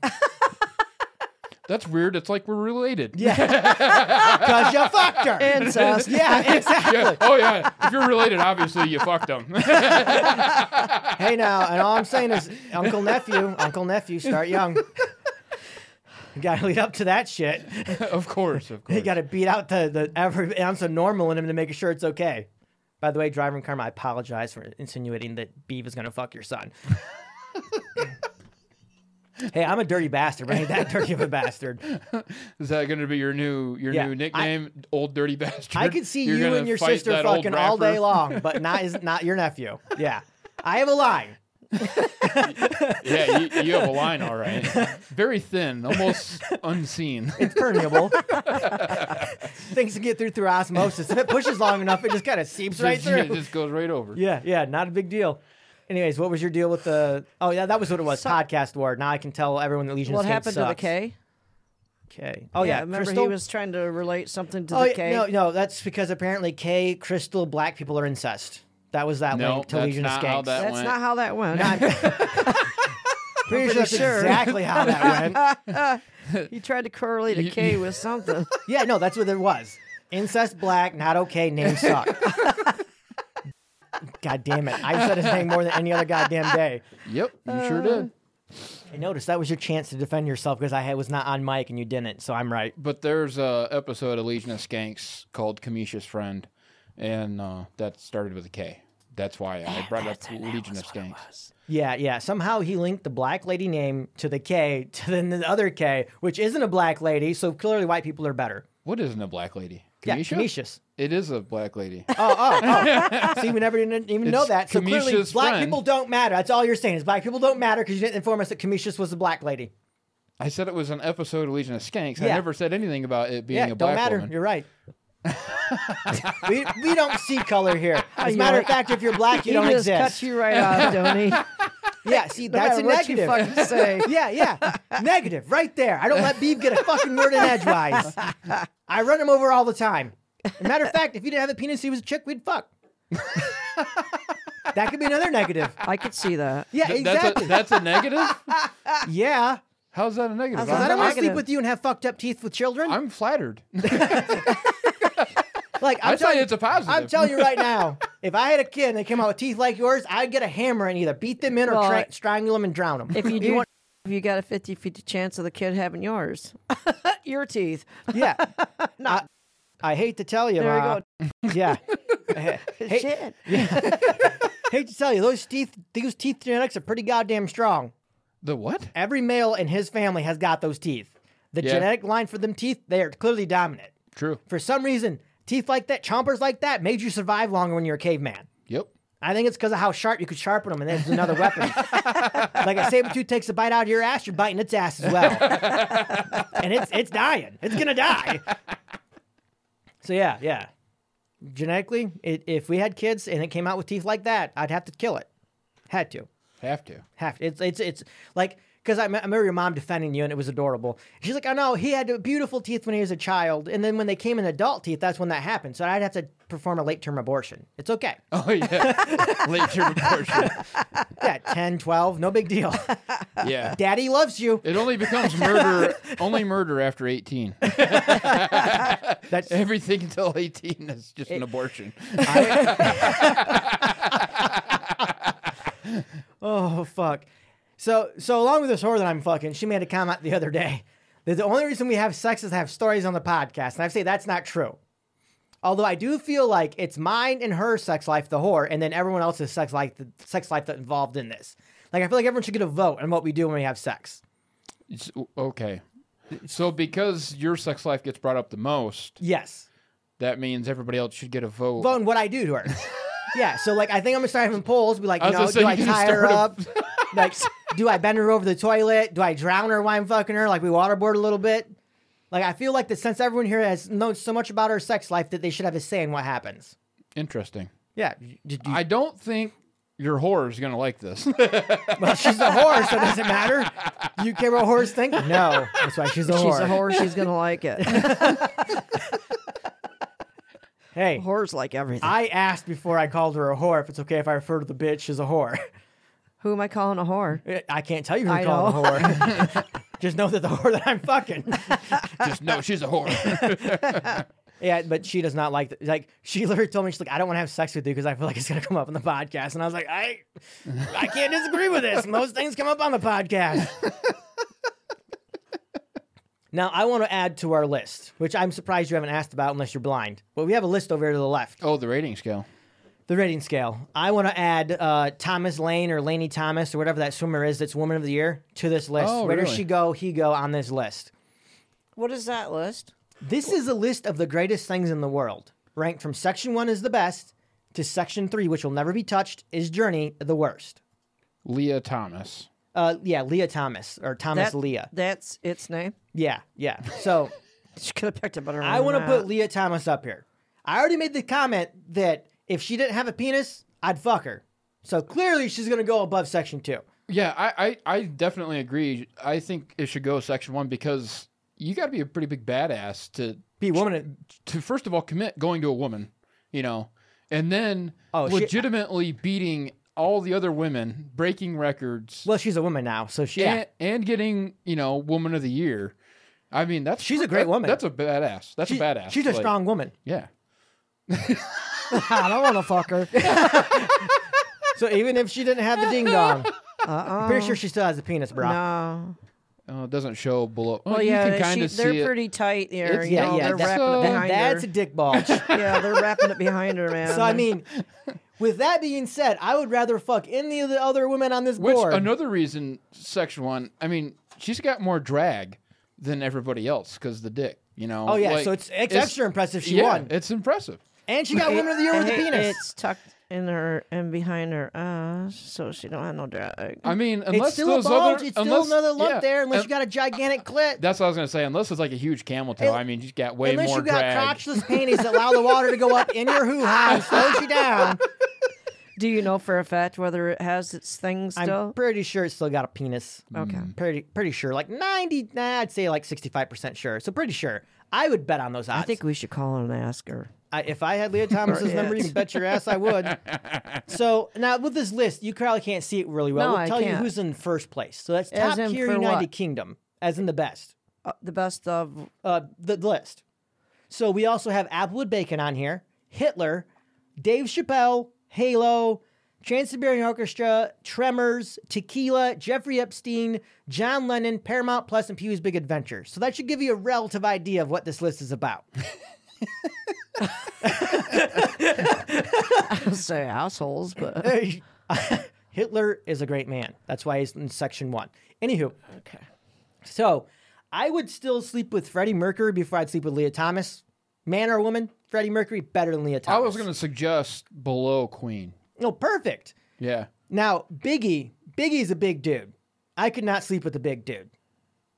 That's weird. It's like we're related. Yeah.
<laughs>
because you fucked her.
Incest.
yeah, exactly.
Oh yeah. If you're related, obviously you fucked them.
Hey, now, and all I'm saying is, uncle nephew, uncle nephew, start
<laughs>
young. You gotta lead up to that shit.
<laughs> of course. Of course.
You gotta beat out the, the every ounce of normal in him to make sure it's okay. By the way, Driver and Karma, I apologize for insinuating that Beav is gonna fuck your
<laughs>
son. hey, I'm a dirty bastard, but I ain't that dirty of a bastard.
Is that going to be your new your
Yeah,
new nickname, old dirty bastard?
I could see
You're
you
gonna
and your
fight
sister
that old
fucking all day
rapper?
long, but not is not your nephew. Yeah, I have a line.
Yeah, you, you
<laughs>
have a line, all right. Very thin, almost unseen. <laughs>
It's permeable. Things can get through through osmosis. If it pushes long enough, it just kind of seeps right
Just- It
through.
just goes right over.
Yeah, yeah, not a big deal. Anyways, what was your deal with the? Oh yeah, that was what it was. podcast war. Now I can tell everyone that Legion.
What
Escape
happened to the
sucks.
K?
K? Oh yeah,
remember
Crystal.
he was trying to relate something to
oh
the
yeah,
K.
no, no, that's because apparently K, Crystal, black people are incest. That was that
No,
link to
that's
Legion
not
Escape.
how that-
That's
went-
not how that went.
<laughs>
<laughs> pretty, sure that's
sure.
exactly how that
<laughs>
went.
he tried to correlate
<laughs>
a
You-
K with something.
Yeah, no, that's what it was. Incest black, not okay, name
<laughs>
suck. God damn it. I've said his name more than any other goddamn day.
Yep, you
Uh.
sure did.
I noticed that was your chance to defend yourself because I had- was not on mic and you didn't, so I'm right.
But there's a episode of Legion of Skanks called Kamisha's Friend, and uh, that started with a K. That's why I brought up Legion of Skanks.
Yeah, yeah. Somehow he linked the black lady name to the K <laughs> to then the other K, which isn't a black lady, so clearly white people are better.
What isn't a black lady?
Yeah,
Kamisha?
Kamishas.
It is a black lady.
Oh, oh, oh. See, we never didn't even know
It's
that. So clearly,
Kamisha's
black
friend.
people don't matter. That's all you're saying is black people don't matter because you didn't inform us that Kamishas was a black lady.
I said it was an episode of Legion of Skanks. I
Yeah.
never said anything about it being
Yeah,
a
don't
black
matter.
woman. <laughs>
You're right. we, we don't see color here. As a matter of fact, if you're black,
he
you don't
just
exist.
cut you right
<laughs>
off, don't he? No
yeah, see, that's
matter
a
what you
negative.
fucking say.
<laughs> yeah, yeah, negative right there. I don't let Beeb get a fucking word in edgewise. I run him over all the time. As a matter of fact, if he didn't have a penis, he was a chick, we'd fuck. that could be another negative.
I could see that.
Yeah,
Th- <laughs>
exactly.
That's a, that's a negative?
<laughs> yeah.
How's that a negative?
How's
I
I'm-
don't want to sleep
Negative.
with you and have fucked up teeth with children.
I'm flattered.
like, I'm
I'd say
telling-
it's a positive. <laughs>
I'm telling you right now, If I had a kid and they came out with teeth like yours, I'd get a hammer and either beat them in or
Well,
tra- strangle them and drown them.
If you do want, if you got a 50 50 chance of the kid having yours, <laughs> your teeth. <laughs>
yeah. I, I hate to tell you,
There
Ma. Yeah. I ha- hate,
Shit.
hate to tell you, those teeth, those teeth genetics are pretty goddamn strong.
The what?
Every male in his family has got those teeth. The
Yeah.
genetic line for them teeth, they are clearly dominant.
True.
For some reason, teeth like that, chompers like that, made you survive longer when you're a caveman.
Yep.
I think it's because of how sharp you could sharpen them, and that's another weapon. like a saber tooth takes a bite out of your ass, you're biting its ass as well, and it's it's dying. It's gonna die. So yeah, yeah. Genetically, it, if we had kids and it came out with teeth like that, I'd have to kill it. Had to,
Have to.
have to. It's it's it's like because I, me- I remember your mom defending you, and it was adorable. She's like, "I know he had beautiful teeth when he was a child, and then when they came in adult teeth, that's when that happened. So I'd have to perform a late term abortion. It's okay."
<laughs> Oh <laughs> yeah. Late term abortion.
Yeah, 10, 12, no big deal.
Yeah.
Daddy loves you.
It only becomes murder, only murder after 18.
That's
Everything until 18 is just an abortion.
oh fuck. So so along with this whore that I'm fucking, she made a comment the other day that the only reason we have sex is to have stories on the podcast, and I say that's not true. Although I do feel like it's mine and her sex life, the whore, and then everyone else's sex life, the sex life that's involved in this. Like I feel like everyone should get a vote on what we do when we have sex.
It's- okay. So because your sex life gets brought up the most,
Yes.
that means everybody else should get a vote.
Vote on what I do
<laughs>
to her. yeah. So like I think I'm gonna start having polls. Be like,
I
you
was gonna say,
know, do I
you can
tie her
start a-
up?
<laughs>
like, do I bend her over the toilet? Do I drown her while I'm fucking her? Like we waterboard a little bit. Like I feel like that since everyone here has known so much about her sex life that they should have a say in what happens.
Interesting.
Yeah. you- you- you-
I don't think your whore is going to like this.
well, she's a whore, so does
<laughs>
it matter? You care what whores think? No. That's why she's a
She's
whore.
a whore. She's <laughs> going to like it.
Hey,
Whores like everything.
I asked before I called her a whore if it's okay if I refer to the bitch as a whore. <laughs>
Who am I calling a whore?
I can't tell you who
I
to call a whore.
<laughs>
Just know that the whore that I'm fucking.
just no, she's a whore. <laughs>
Yeah, but she does not like th- like she literally told me she's like I don't want to have sex with you because I feel like it's gonna come up on the podcast, and I was like I I can't disagree with this. Most things come up on the podcast. <laughs> now I want to add to our list, which I'm surprised you haven't asked about unless you're blind. But we have a list over here to the left,
oh, the rating scale.
the rating scale. I want to add uh, Thomas Lane or Laney Thomas or whatever that swimmer is that's Woman of the Year to this list.
Oh,
Where does
really?
she go? He go on this list.
What is that list?
This is a list of the greatest things in the world, ranked from section one is the best to section three, which will never be touched, is Journey the worst.
Leah Thomas.
Uh, yeah, Leah Thomas or Thomas
That-
Leah.
That's its name. <laughs>
Yeah, yeah.
<laughs>
So
She could have picked a better one.
I
than
want to
that.
put Leah Thomas up here. I already made the comment that if she didn't have a penis, I'd fuck her. So clearly she's gonna go above section two.
Yeah, I, I, I definitely agree. I think it should go section one because you got to be a pretty big badass to,
Be woman.
to, first of all, commit going to a woman, you know, and then
Oh, she-
legitimately beating all the other women, breaking records,
Well, she's a woman now, so she. Yeah.
and, and getting, you know, woman of the year. I mean, that's
She's a great
that-
woman.
That's a badass. That's
She-
a badass.
She's a
Like,
strong woman. <laughs>
Yeah.
I don't want to
<laughs>
fuck her. <laughs> so even if she didn't have the ding dong,
Uh-uh.
pretty sure she still has a penis, bro.
No.
Oh, it doesn't show below. Well,
Well,
you
yeah,
can kind
she-
of see
they're
it.
pretty tight there.
It's-
you
Yeah,
know,
yeah,
they're
that's,
wrapping it
so-
behind her.
that's a
<laughs>
dick bulge. so
yeah, they're wrapping it behind her, man.
I mean, with that being said, I would rather fuck any of the other women on this
Which
board.
another reason, section one. I mean, she's got more drag than everybody else because the dick. You know.
oh yeah,
like,
so it's, it's, extra impressive she
yeah,
won,
It's impressive.
and she got woman of the year with the
Hey,
penis.
It's tucked in her and behind her ass, so she don't have no uh, drag.
I mean,
It's
unless
still
those
a bulge.
other,
it's still
unless-
another lump
yeah,
there, unless
un-
you got a gigantic clit.
That's what I was gonna say. Unless it's like a huge camel toe.
Un-
I mean, she's got way
unless
more
you got
drag.
crotchless panties that allow the water to go up in your
<laughs>
hoo ha and slows you down.
Do you know for a fact whether it has its thing
I'm
still?
pretty sure it's still got a penis.
okay.
Pretty pretty sure, like ninety. Nah, I'd say like sixty five percent sure. So pretty sure. I would bet on those odds.
I think we should call her and ask her.
I, if I had Leah Thomas's
<laughs> Or
number, you
it.
can bet your ass
<laughs>
I would. so now with this list, you probably can't see it really well.
No,
we'll
I
tell you
can't.
who's in first place. So that's
As
top
in
tier
for
United
what?
Kingdom, as in the best.
Uh, the best of <laughs>
Uh, the, the list. So we also have Applewood Bacon on here, Hitler, Dave Chappelle, Halo, Trans Siberian Orchestra, Tremors, Tequila, Jeffrey Epstein, John Lennon, Paramount Plus, and Pee Wee's Big Adventure. So that should give you a relative idea of what this list is about.
I'll say assholes, but <laughs>
<laughs> Hitler is a great man. That's why he's in section one. Anywho, okay. So I would still sleep with Freddie Mercury before I'd sleep with Leah Thomas. Man or woman, Freddie Mercury better than Leah
I
Thomas.
was going to suggest below Queen.
No, perfect.
Yeah.
Now, Biggie, Biggie's a big dude. I could not sleep with a big dude.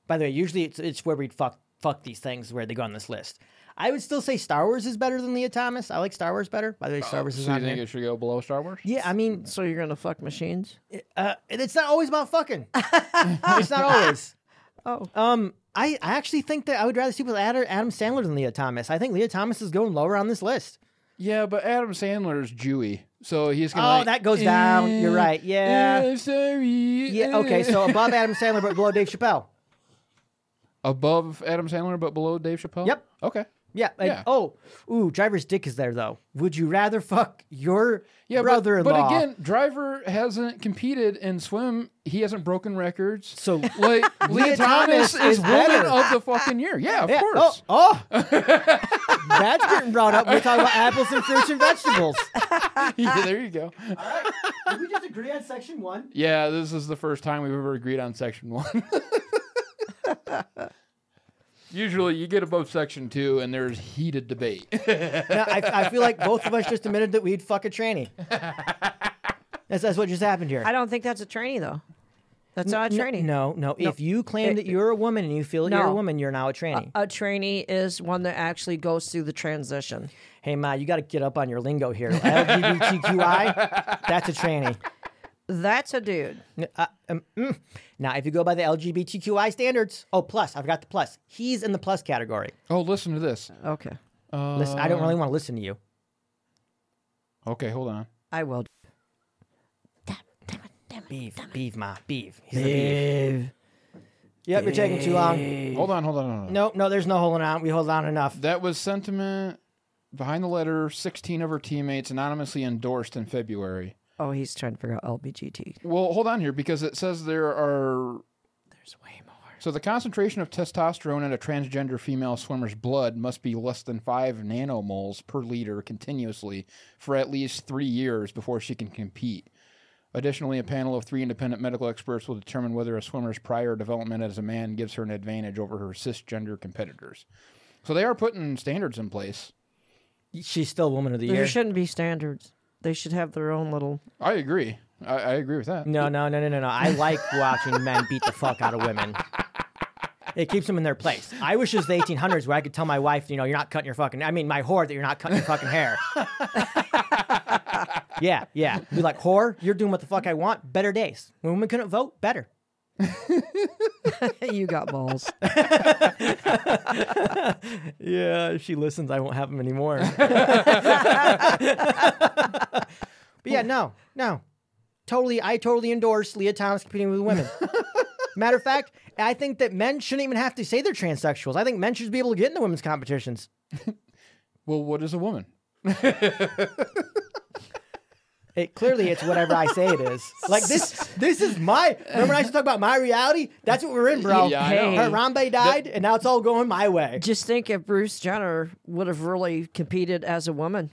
By the way, usually it's, it's where we'd fuck, fuck these things where they go on this list. I would still say Star Wars is better than Leah Thomas. I like Star Wars better. By the way, Star Wars is
Oh, So you
on
think
there.
it should go below Star Wars?
Yeah, I
<laughs>
mean,
so you're gonna fuck machines?
uh, and it's not always about fucking. <laughs> it's not always.
Oh.
Um, I, I actually think that I would rather sleep with Ad- Adam Sandler than Leah Thomas. I think Leah Thomas is going lower on this list.
Yeah, but Adam Sandler's Jewy, so he's
Oh,
going. like,
that goes down. You're right. Yeah.
eh, sorry.
Yeah. Okay.
<laughs>
So above Adam Sandler, but below Dave Chappelle.
above Adam Sandler, but below Dave Chappelle.
Yep.
Okay.
Yeah. and-
Yeah.
Oh, ooh, driver's dick is there though. Would you rather fuck your
Yeah, but-
brother-in-law?
But, again, Driver hasn't competed in swim. He hasn't broken records.
so <laughs>
Like Leah
Leah
Thomas,
Thomas
is
is
woman
better.
of the fucking year. Yeah, of
yeah.
course. <laughs>
Oh, oh. that's getting brought up. We're talking about apples and fruits and vegetables. Oh.
<laughs> Yeah, there you go.
Did we just agree on section one?
Yeah, this is the first time we've ever agreed on section one. <laughs> Usually, you get above section two, and there's heated debate. <laughs>
No, I, I feel like both of us just admitted that we'd fuck a <laughs> tranny. That's, that's what just happened here.
I don't think that's a trainee though. That's not a
No,
trainee.
No, no. If you claim that you're a woman and you feel that you're a
No. Uh,
woman, you're now a tranny.
A trainee is one that actually goes through the transition.
hey, Ma, you got to get up on your lingo
<laughs>
here. LGBTQI, that's a tranny.
That's a dude.
Uh, um, mm. Now, if you go by the LGBTQI standards, oh, plus, I forgot the plus. He's in the plus category.
oh, listen to this.
Okay.
Listen, I don't really want to listen to you.
Okay, hold on.
I will.
Beeve, beeve, Ma, beeve. He's a beeve. Yep, you're taking too long.
Hold on. Hold on. Hold on.
No, no, there's no holding on. We hold on enough.
That was sentiment behind the letter. 16 of her teammates anonymously endorsed in February.
Oh, he's trying to figure out LBGT.
Well, hold on here because it says there are.
There's way more.
So the concentration of testosterone in a transgender female swimmer's blood must be less than five nanomoles per liter continuously for at least three years before she can compete. Additionally, a panel of three independent medical experts will determine whether a swimmer's prior development as a man gives her an advantage over her cisgender competitors. So they are putting standards in place.
She's still Woman of the
There
Year.
shouldn't be standards. They should have their own little. <laughs>
I agree. I, I agree with that.
No, no, no, no, no, no. I like watching men beat the fuck out of women. It keeps them in their place. I wish it was the 1800s where I could tell my wife, you know, you're not cutting your fucking. I mean, my whore that you're not cutting your fucking hair. <laughs> yeah, yeah. Be like, whore, you're doing what the fuck I want. Better days. When women couldn't vote, better.
you got balls.
Yeah, if she listens, I won't have them <laughs> anymore. but yeah, no, no. Totally, I totally endorse Leah Thomas competing with <laughs> women. Matter of fact, I think that men shouldn't even have to say they're transsexuals. I think men should be able to get into women's competitions.
Well, what is a woman?
It clearly it's whatever I say it <laughs> is. Like this this is my remember when I used to talk about my reality? That's what we're in, bro.
Yeah, I know.
Her Harambe died and now it's all going my way.
Just think if Bruce Jenner would have really competed as a woman.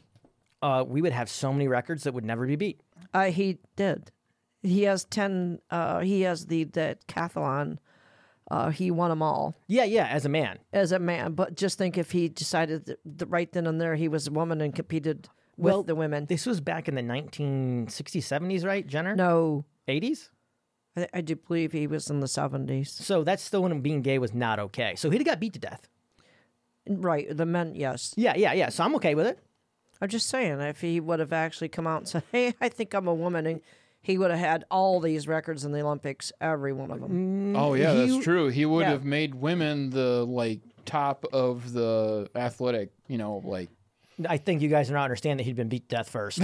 Uh, we would have so many records that would never be beat.
Uh, he did. He has ten. Uh, he has the decathlon. Uh, he won them all
Yeah, yeah, as a man.
as a man. But just think if he decided that that right then and there he was a woman and competed with
Well,
the women.
This was back in the 1960s, 70s, right, Jenner?
no,
80s?
I, I do believe he was in the seventies.
So that's still when being gay was not okay. So he'd got beat to death.
Right, the men. Yes,
Yeah, yeah, yeah. So I'm okay with it.
I'm just saying if he would have actually come out and said, "Hey, I think I'm a woman," and he would have had all these records in the Olympics, every one of them.
Oh yeah,
you-
that's true. He would
Yeah.
have made women the like top of the athletic, you know, like
I think you guys are not understand that he'd been beat to death first.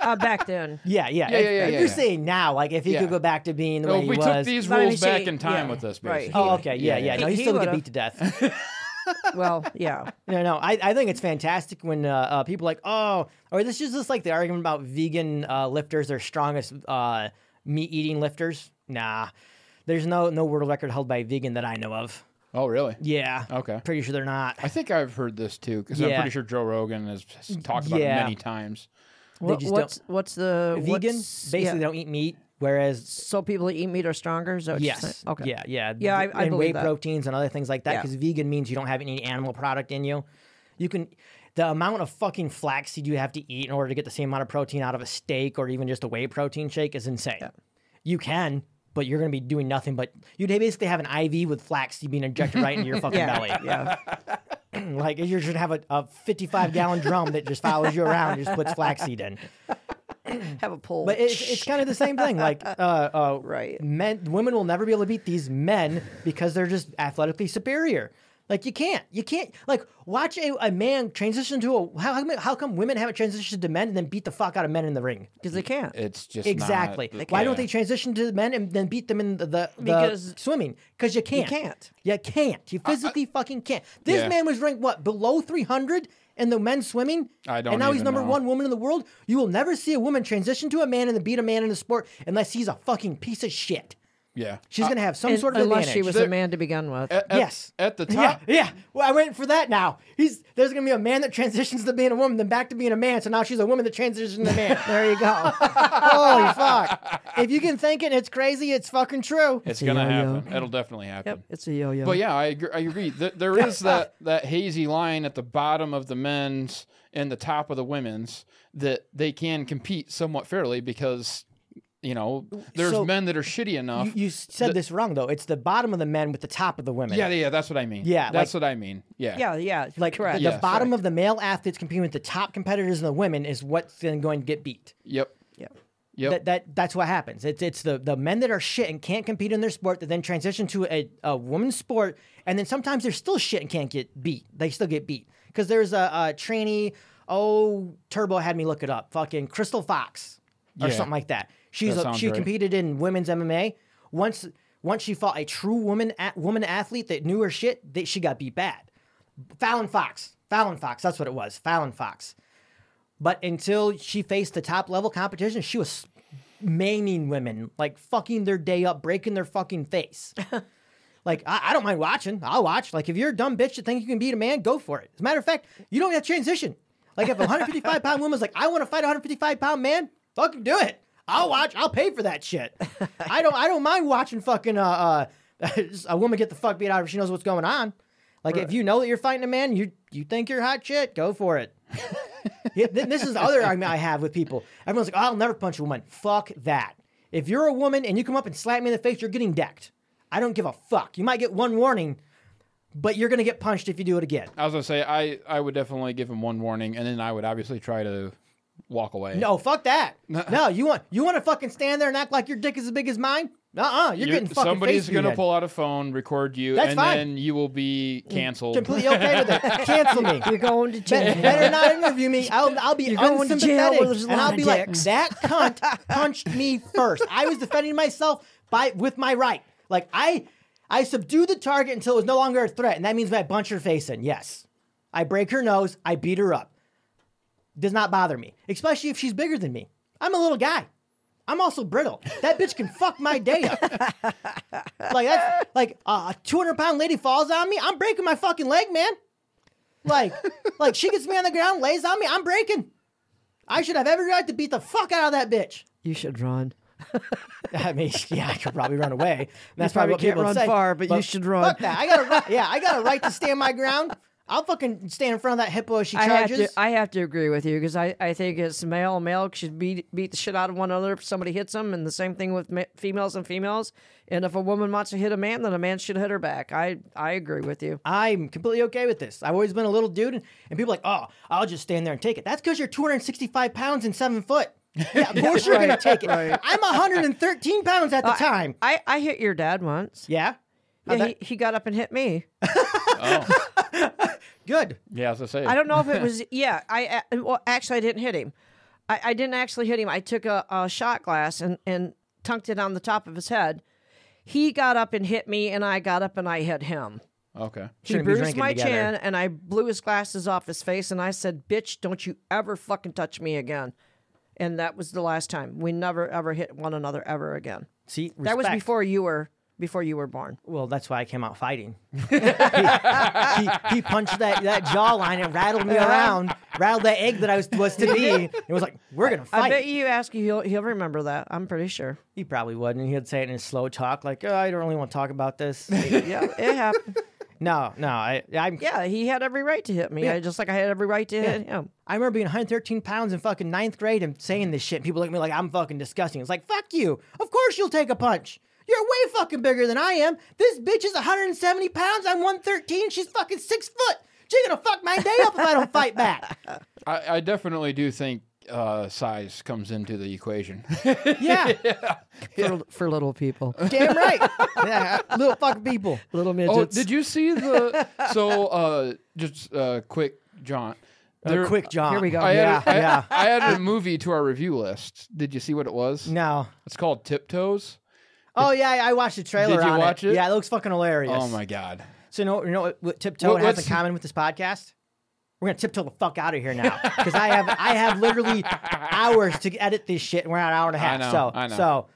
Uh, back then,
yeah, yeah.
Yeah,
if,
yeah, yeah,
if
yeah,
you're
yeah.
saying now, like if he
Yeah.
could go back to being the
no,
way he
we
was.
took these
Let me
rules back
see.
in time
Yeah.
with us
Right.
basically.
oh, okay. Yeah, yeah. No,
He-
he
he
still would get
would've.
beat to death.
well,
<laughs>
yeah.
No, no, I, I think it's fantastic when uh, uh, people like, oh, or this is just like the argument about vegan uh, lifters, their strongest uh, meat eating lifters. Nah, there's no no world record held by a vegan that I know of.
Oh, really?
Yeah.
Okay.
Pretty sure they're not.
I think I've heard this too because I'm
Yeah.
pretty sure Joe Rogan has s- talked about
Yeah.
it many times.
Wha-
just don't-
what's what's the
Vegan,
what's-
basically,
yeah.
they don't eat meat, whereas.
so people that eat meat are stronger. Is that what you're
Yes.
saying? Okay.
Yeah. Yeah.
Yeah, I- I
th- and
believe
whey
that.
proteins and other things like that,
Yeah.
because vegan means you don't have any animal product in you. You can, the amount of fucking flaxseed you have to eat in order to get the same amount of protein out of a steak or even just a whey protein shake is insane. You can, but you're going to be doing nothing but you basically have an IV with flaxseed being injected right
<laughs>
into your fucking
Yeah.
belly.
yeah.
Like you should have a, a 55 gallon drum that just follows you around and just puts flaxseed in. <laughs>
Have a poll.
But it's, it's kind of the same thing. Like, uh, uh,
Right.
Men, women will never be able to beat these men because they're just athletically superior. Like you can't, you can't. Like watch a, a man transition to a. How, how come- how come women haven't transitioned to men and then beat the fuck out of men in the ring?
because they can't.
It's just not-
Exactly.
th-
Why
yeah.
don't they transition to men and then beat them in the, the, the
Because-
swimming? Because you can't.
can't.
You can't. You physically fucking can't. This
Yeah.
man was ranked what below 300 in the men's swimming.
I don't
And now he's
even
number
know.
one woman in the world. You will never see a woman transition to a man and then beat a man in the sport unless he's a fucking piece of shit.
Yeah.
She's gonna have some
Un-
sort of
unless
advantage.
she was
There-
a man to begin with.
Uh,
At, at-
Yes.
At the
Yeah,
top.
yeah. Well, I went for that now. He's there's gonna be a man that transitions to being a woman, then back to being a man. So now she's a woman that transitions to a man.
<laughs>
there you go. Holy fuck! If you can think it, it's crazy. It's fucking true.
It's gonna
yo-yo.
happen. It'll definitely happen.
yep, it's a yo-yo.
But yeah, I agree. I agree. Th- There
<laughs>
is that, that hazy line at the bottom of the men's and the top of the women's that they can compete somewhat fairly because, you know, there's
So-
men that are shitty enough.
you, you said this wrong though. It's the bottom of the men with the top of the women.
yeah, yeah, that's what I mean.
Yeah,
that's what I mean. Yeah,
yeah, yeah.
Like
correct.
the
Yes,
bottom of the male athletes competing with the top competitors and the women is what's then going to get beat.
yep,
Yep.
yep.
That, that that's what happens. It's it's the, the men that are shit and can't compete in their sport that then transition to a, a woman's sport, and then sometimes they're still shit and can't get beat. They still get beat because there's a, a trainee. Oh, Turbo had me look it up. Fucking Crystal Fox or
Yeah.
something like that. She's
That
a,
sounds
she
right.
competed in women's MMA. Once once she fought a true woman at, woman athlete that knew her shit, that she got beat bad. Fallon Fox. Fallon Fox. That's what it was. Fallon Fox. But until she faced the top level competition, she was maiming women, like fucking their day up, breaking their fucking face. like, I, I don't mind watching. I'll watch. Like, if you're a dumb bitch that think you can beat a man, go for it. As a matter of fact, you don't have to transition. Like, if a 155 pound woman's like, I want to fight a 155 pound man, fucking do it. I'll watch. I'll pay for that shit. I don't. I don't mind watching fucking uh, uh <laughs> a woman get the fuck beat out of her. She knows what's going on. Like if you know that you're fighting a man, you you think you're hot shit, go for it. Yeah, th- this is the other argument I have with people. Everyone's like, oh, I'll never punch a woman. Fuck that. If you're a woman and you come up and slap me in the face, you're getting decked. I don't give a fuck. You might get one warning, but you're going to get punched if you do it again.
I was gonna say I I would definitely give him one warning, and then I would obviously try to walk away.
No, fuck
<laughs>
that. No, you want you want to fucking stand there and act like your dick is as big as mine? Uh-uh, you're,
You're-
getting fucking
somebody's
face
gonna
beaten.
pull out a phone, record you,
That's
and
fine. Mm,
then you will be canceled.
Completely
<laughs>
okay with it. Cancel me.
You're going
<laughs>
to
Be-
jail.
better not interview me. I'll, I'll be
going to jail
unsympathetic,
where there's a
and
lot
I'll
of
be
dicks.
like,
<laughs>
that cunt punched me first. I was defending myself by with my right. Like I, I subdued the target until it was no longer a threat, and that means when I punch her face in. Yes, I break her nose. I beat her up. Does not bother me, especially if she's bigger than me. I'm a little guy. I'm also brittle. That bitch can fuck my day
<laughs>
up. like that's like uh, a 200 pound lady falls on me. I'm breaking my fucking leg, man. Like, like she gets me on the ground, lays on me, I'm breaking. I should have every right to beat the fuck out of that bitch. <laughs>
You should run.
I mean, yeah, I could probably run away. And That's
probably
what
can't
people
run
say,
far, but you should run.
Fuck that. I got a right, yeah, I got a right to stand my ground. I'll fucking stand in front of that hippo as she
I have
charges.
to. I have to agree with you because I, I think it's male and male should beat beat the shit out of one another if somebody hits them, and the same thing with ma- females and females. And if a woman wants to hit a man, then a man should hit her back. I I agree with you.
I'm completely okay with this. I've always been a little dude, and, and people are like, oh, I'll just stand there and take it. That's because you're 265 pounds and seven
<laughs>
foot. Yeah, of course you're gonna take it. I'm 113 pounds at the time.
I I hit your dad once.
Yeah,
Yeah,
that-
he, he got up and hit me.
oh.
good.
Yeah,
<laughs>
as I say,
I don't know if it was. Yeah, I I- well actually I didn't hit him. I, I didn't actually hit him. I took a, a shot glass and and tunked it on the top of his head. He got up and hit me, and I got up and I hit him.
Okay.
He
Shouldn't be
bruised
drinking
my
together.
chin and I blew his glasses off his face and I said, Bitch, don't you ever fucking touch me again. And that was the last time. We never ever hit one another ever again.
See,
That was
respect.
before you were before you were born.
Well, that's why I came out fighting. <laughs> he, he- he punched that, that jawline and rattled me around, rattled that egg that I was was to <laughs> be, and was like, "We're gonna
I bet
fight."
you ask you he'll he'll remember that. I'm pretty sure.
He probably wouldn't. and He'd say it in his slow talk, like, oh, "I don't really want to talk about <laughs> this."
Yeah, it
<laughs>
happened.
no, no, I, I'm.
Yeah, he had every right to hit me. I, just like I had every right to hit him.
I remember being 113 pounds in fucking ninth grade and saying this shit. And people look at me like I'm fucking disgusting. It's like, fuck you. Of course you'll take a punch. You're way fucking bigger than I am. This bitch is 170 pounds. I'm 113. She's fucking six foot. She's gonna fuck my day up if I don't fight back.
I, I definitely do think uh, size comes into the
<laughs>
equation.
<laughs>
Yeah,
For, for little
<laughs>
people.
damn right. Yeah, little fucking people.
Little
oh,
midgets.
did you see
<laughs>
the? so uh, just uh, quick jaunt. There-
Uh, quick, John.
Here we go.
I
Yeah,
added, I,
yeah.
<laughs> I added a movie to our review list. Did you see what it was?
No.
It's called Tiptoes.
Oh yeah, I I watched the trailer.
Did you
on
watch it?
Yeah, it looks fucking hilarious.
Oh my god.
So you know, you know what, what tiptoe
What-
has in
what's-
common with this podcast? We're gonna tiptoe the fuck out of here now because I have I have
<laughs>
literally hours to edit this shit, and we're at an hour and a half.
know,
so
I know.
so.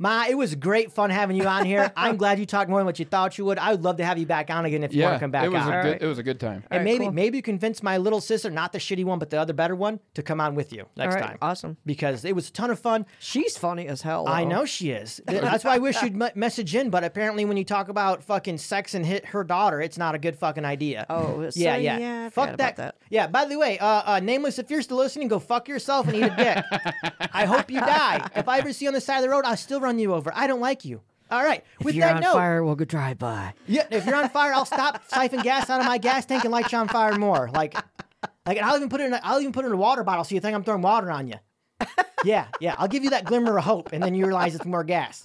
Ma, it was great fun having you
<laughs>
on here. I'm glad you talked more than what you thought you would. I would love to have you back on again if you want
Yeah,
to come back
it was
on.
a
All
good.
right.
It was a good time.
and
All right,
maybe
cool.
maybe you convince my little sister, not the shitty one, but the other better one, to come on with you next
All right,
time.
awesome.
Because it was a ton of fun.
She's funny as hell.
I
though.
know
<laughs>
she is. Th- That's why I wish you'd me- message in. But apparently, when you talk about fucking sex and hit her daughter, it's not a good fucking idea.
Oh, so,
yeah, yeah.
yeah, I
fuck
forgot about that.
Yeah. By the way, uh, uh, nameless, if you're still listening, go fuck yourself and eat a dick.
<laughs>
I hope you die. If I ever see you on the side of the road, I'll still run you over. I don't like you. All right. With that note,
we'll go drive by.
yeah. If you're on fire, I'll stop siphon gas out of my gas tank and light you on fire more. Like, like, and I'll even put it in. A, I'll even put it in a water bottle so you think I'm throwing water on you. Yeah, yeah. I'll give you that glimmer of hope, and then you realize it's more gas.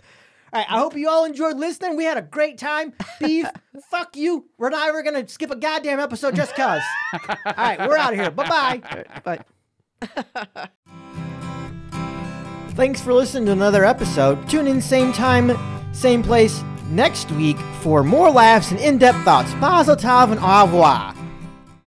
All right. I hope you all enjoyed listening. We had a great time. Beef, fuck you. We're not ever gonna skip a goddamn episode just cause. All right, we're out of here. Bye bye.
But
Thanks for listening to another episode. Tune in same time, same place next week for more laughs and in-depth thoughts. Mazel tov and au revoir.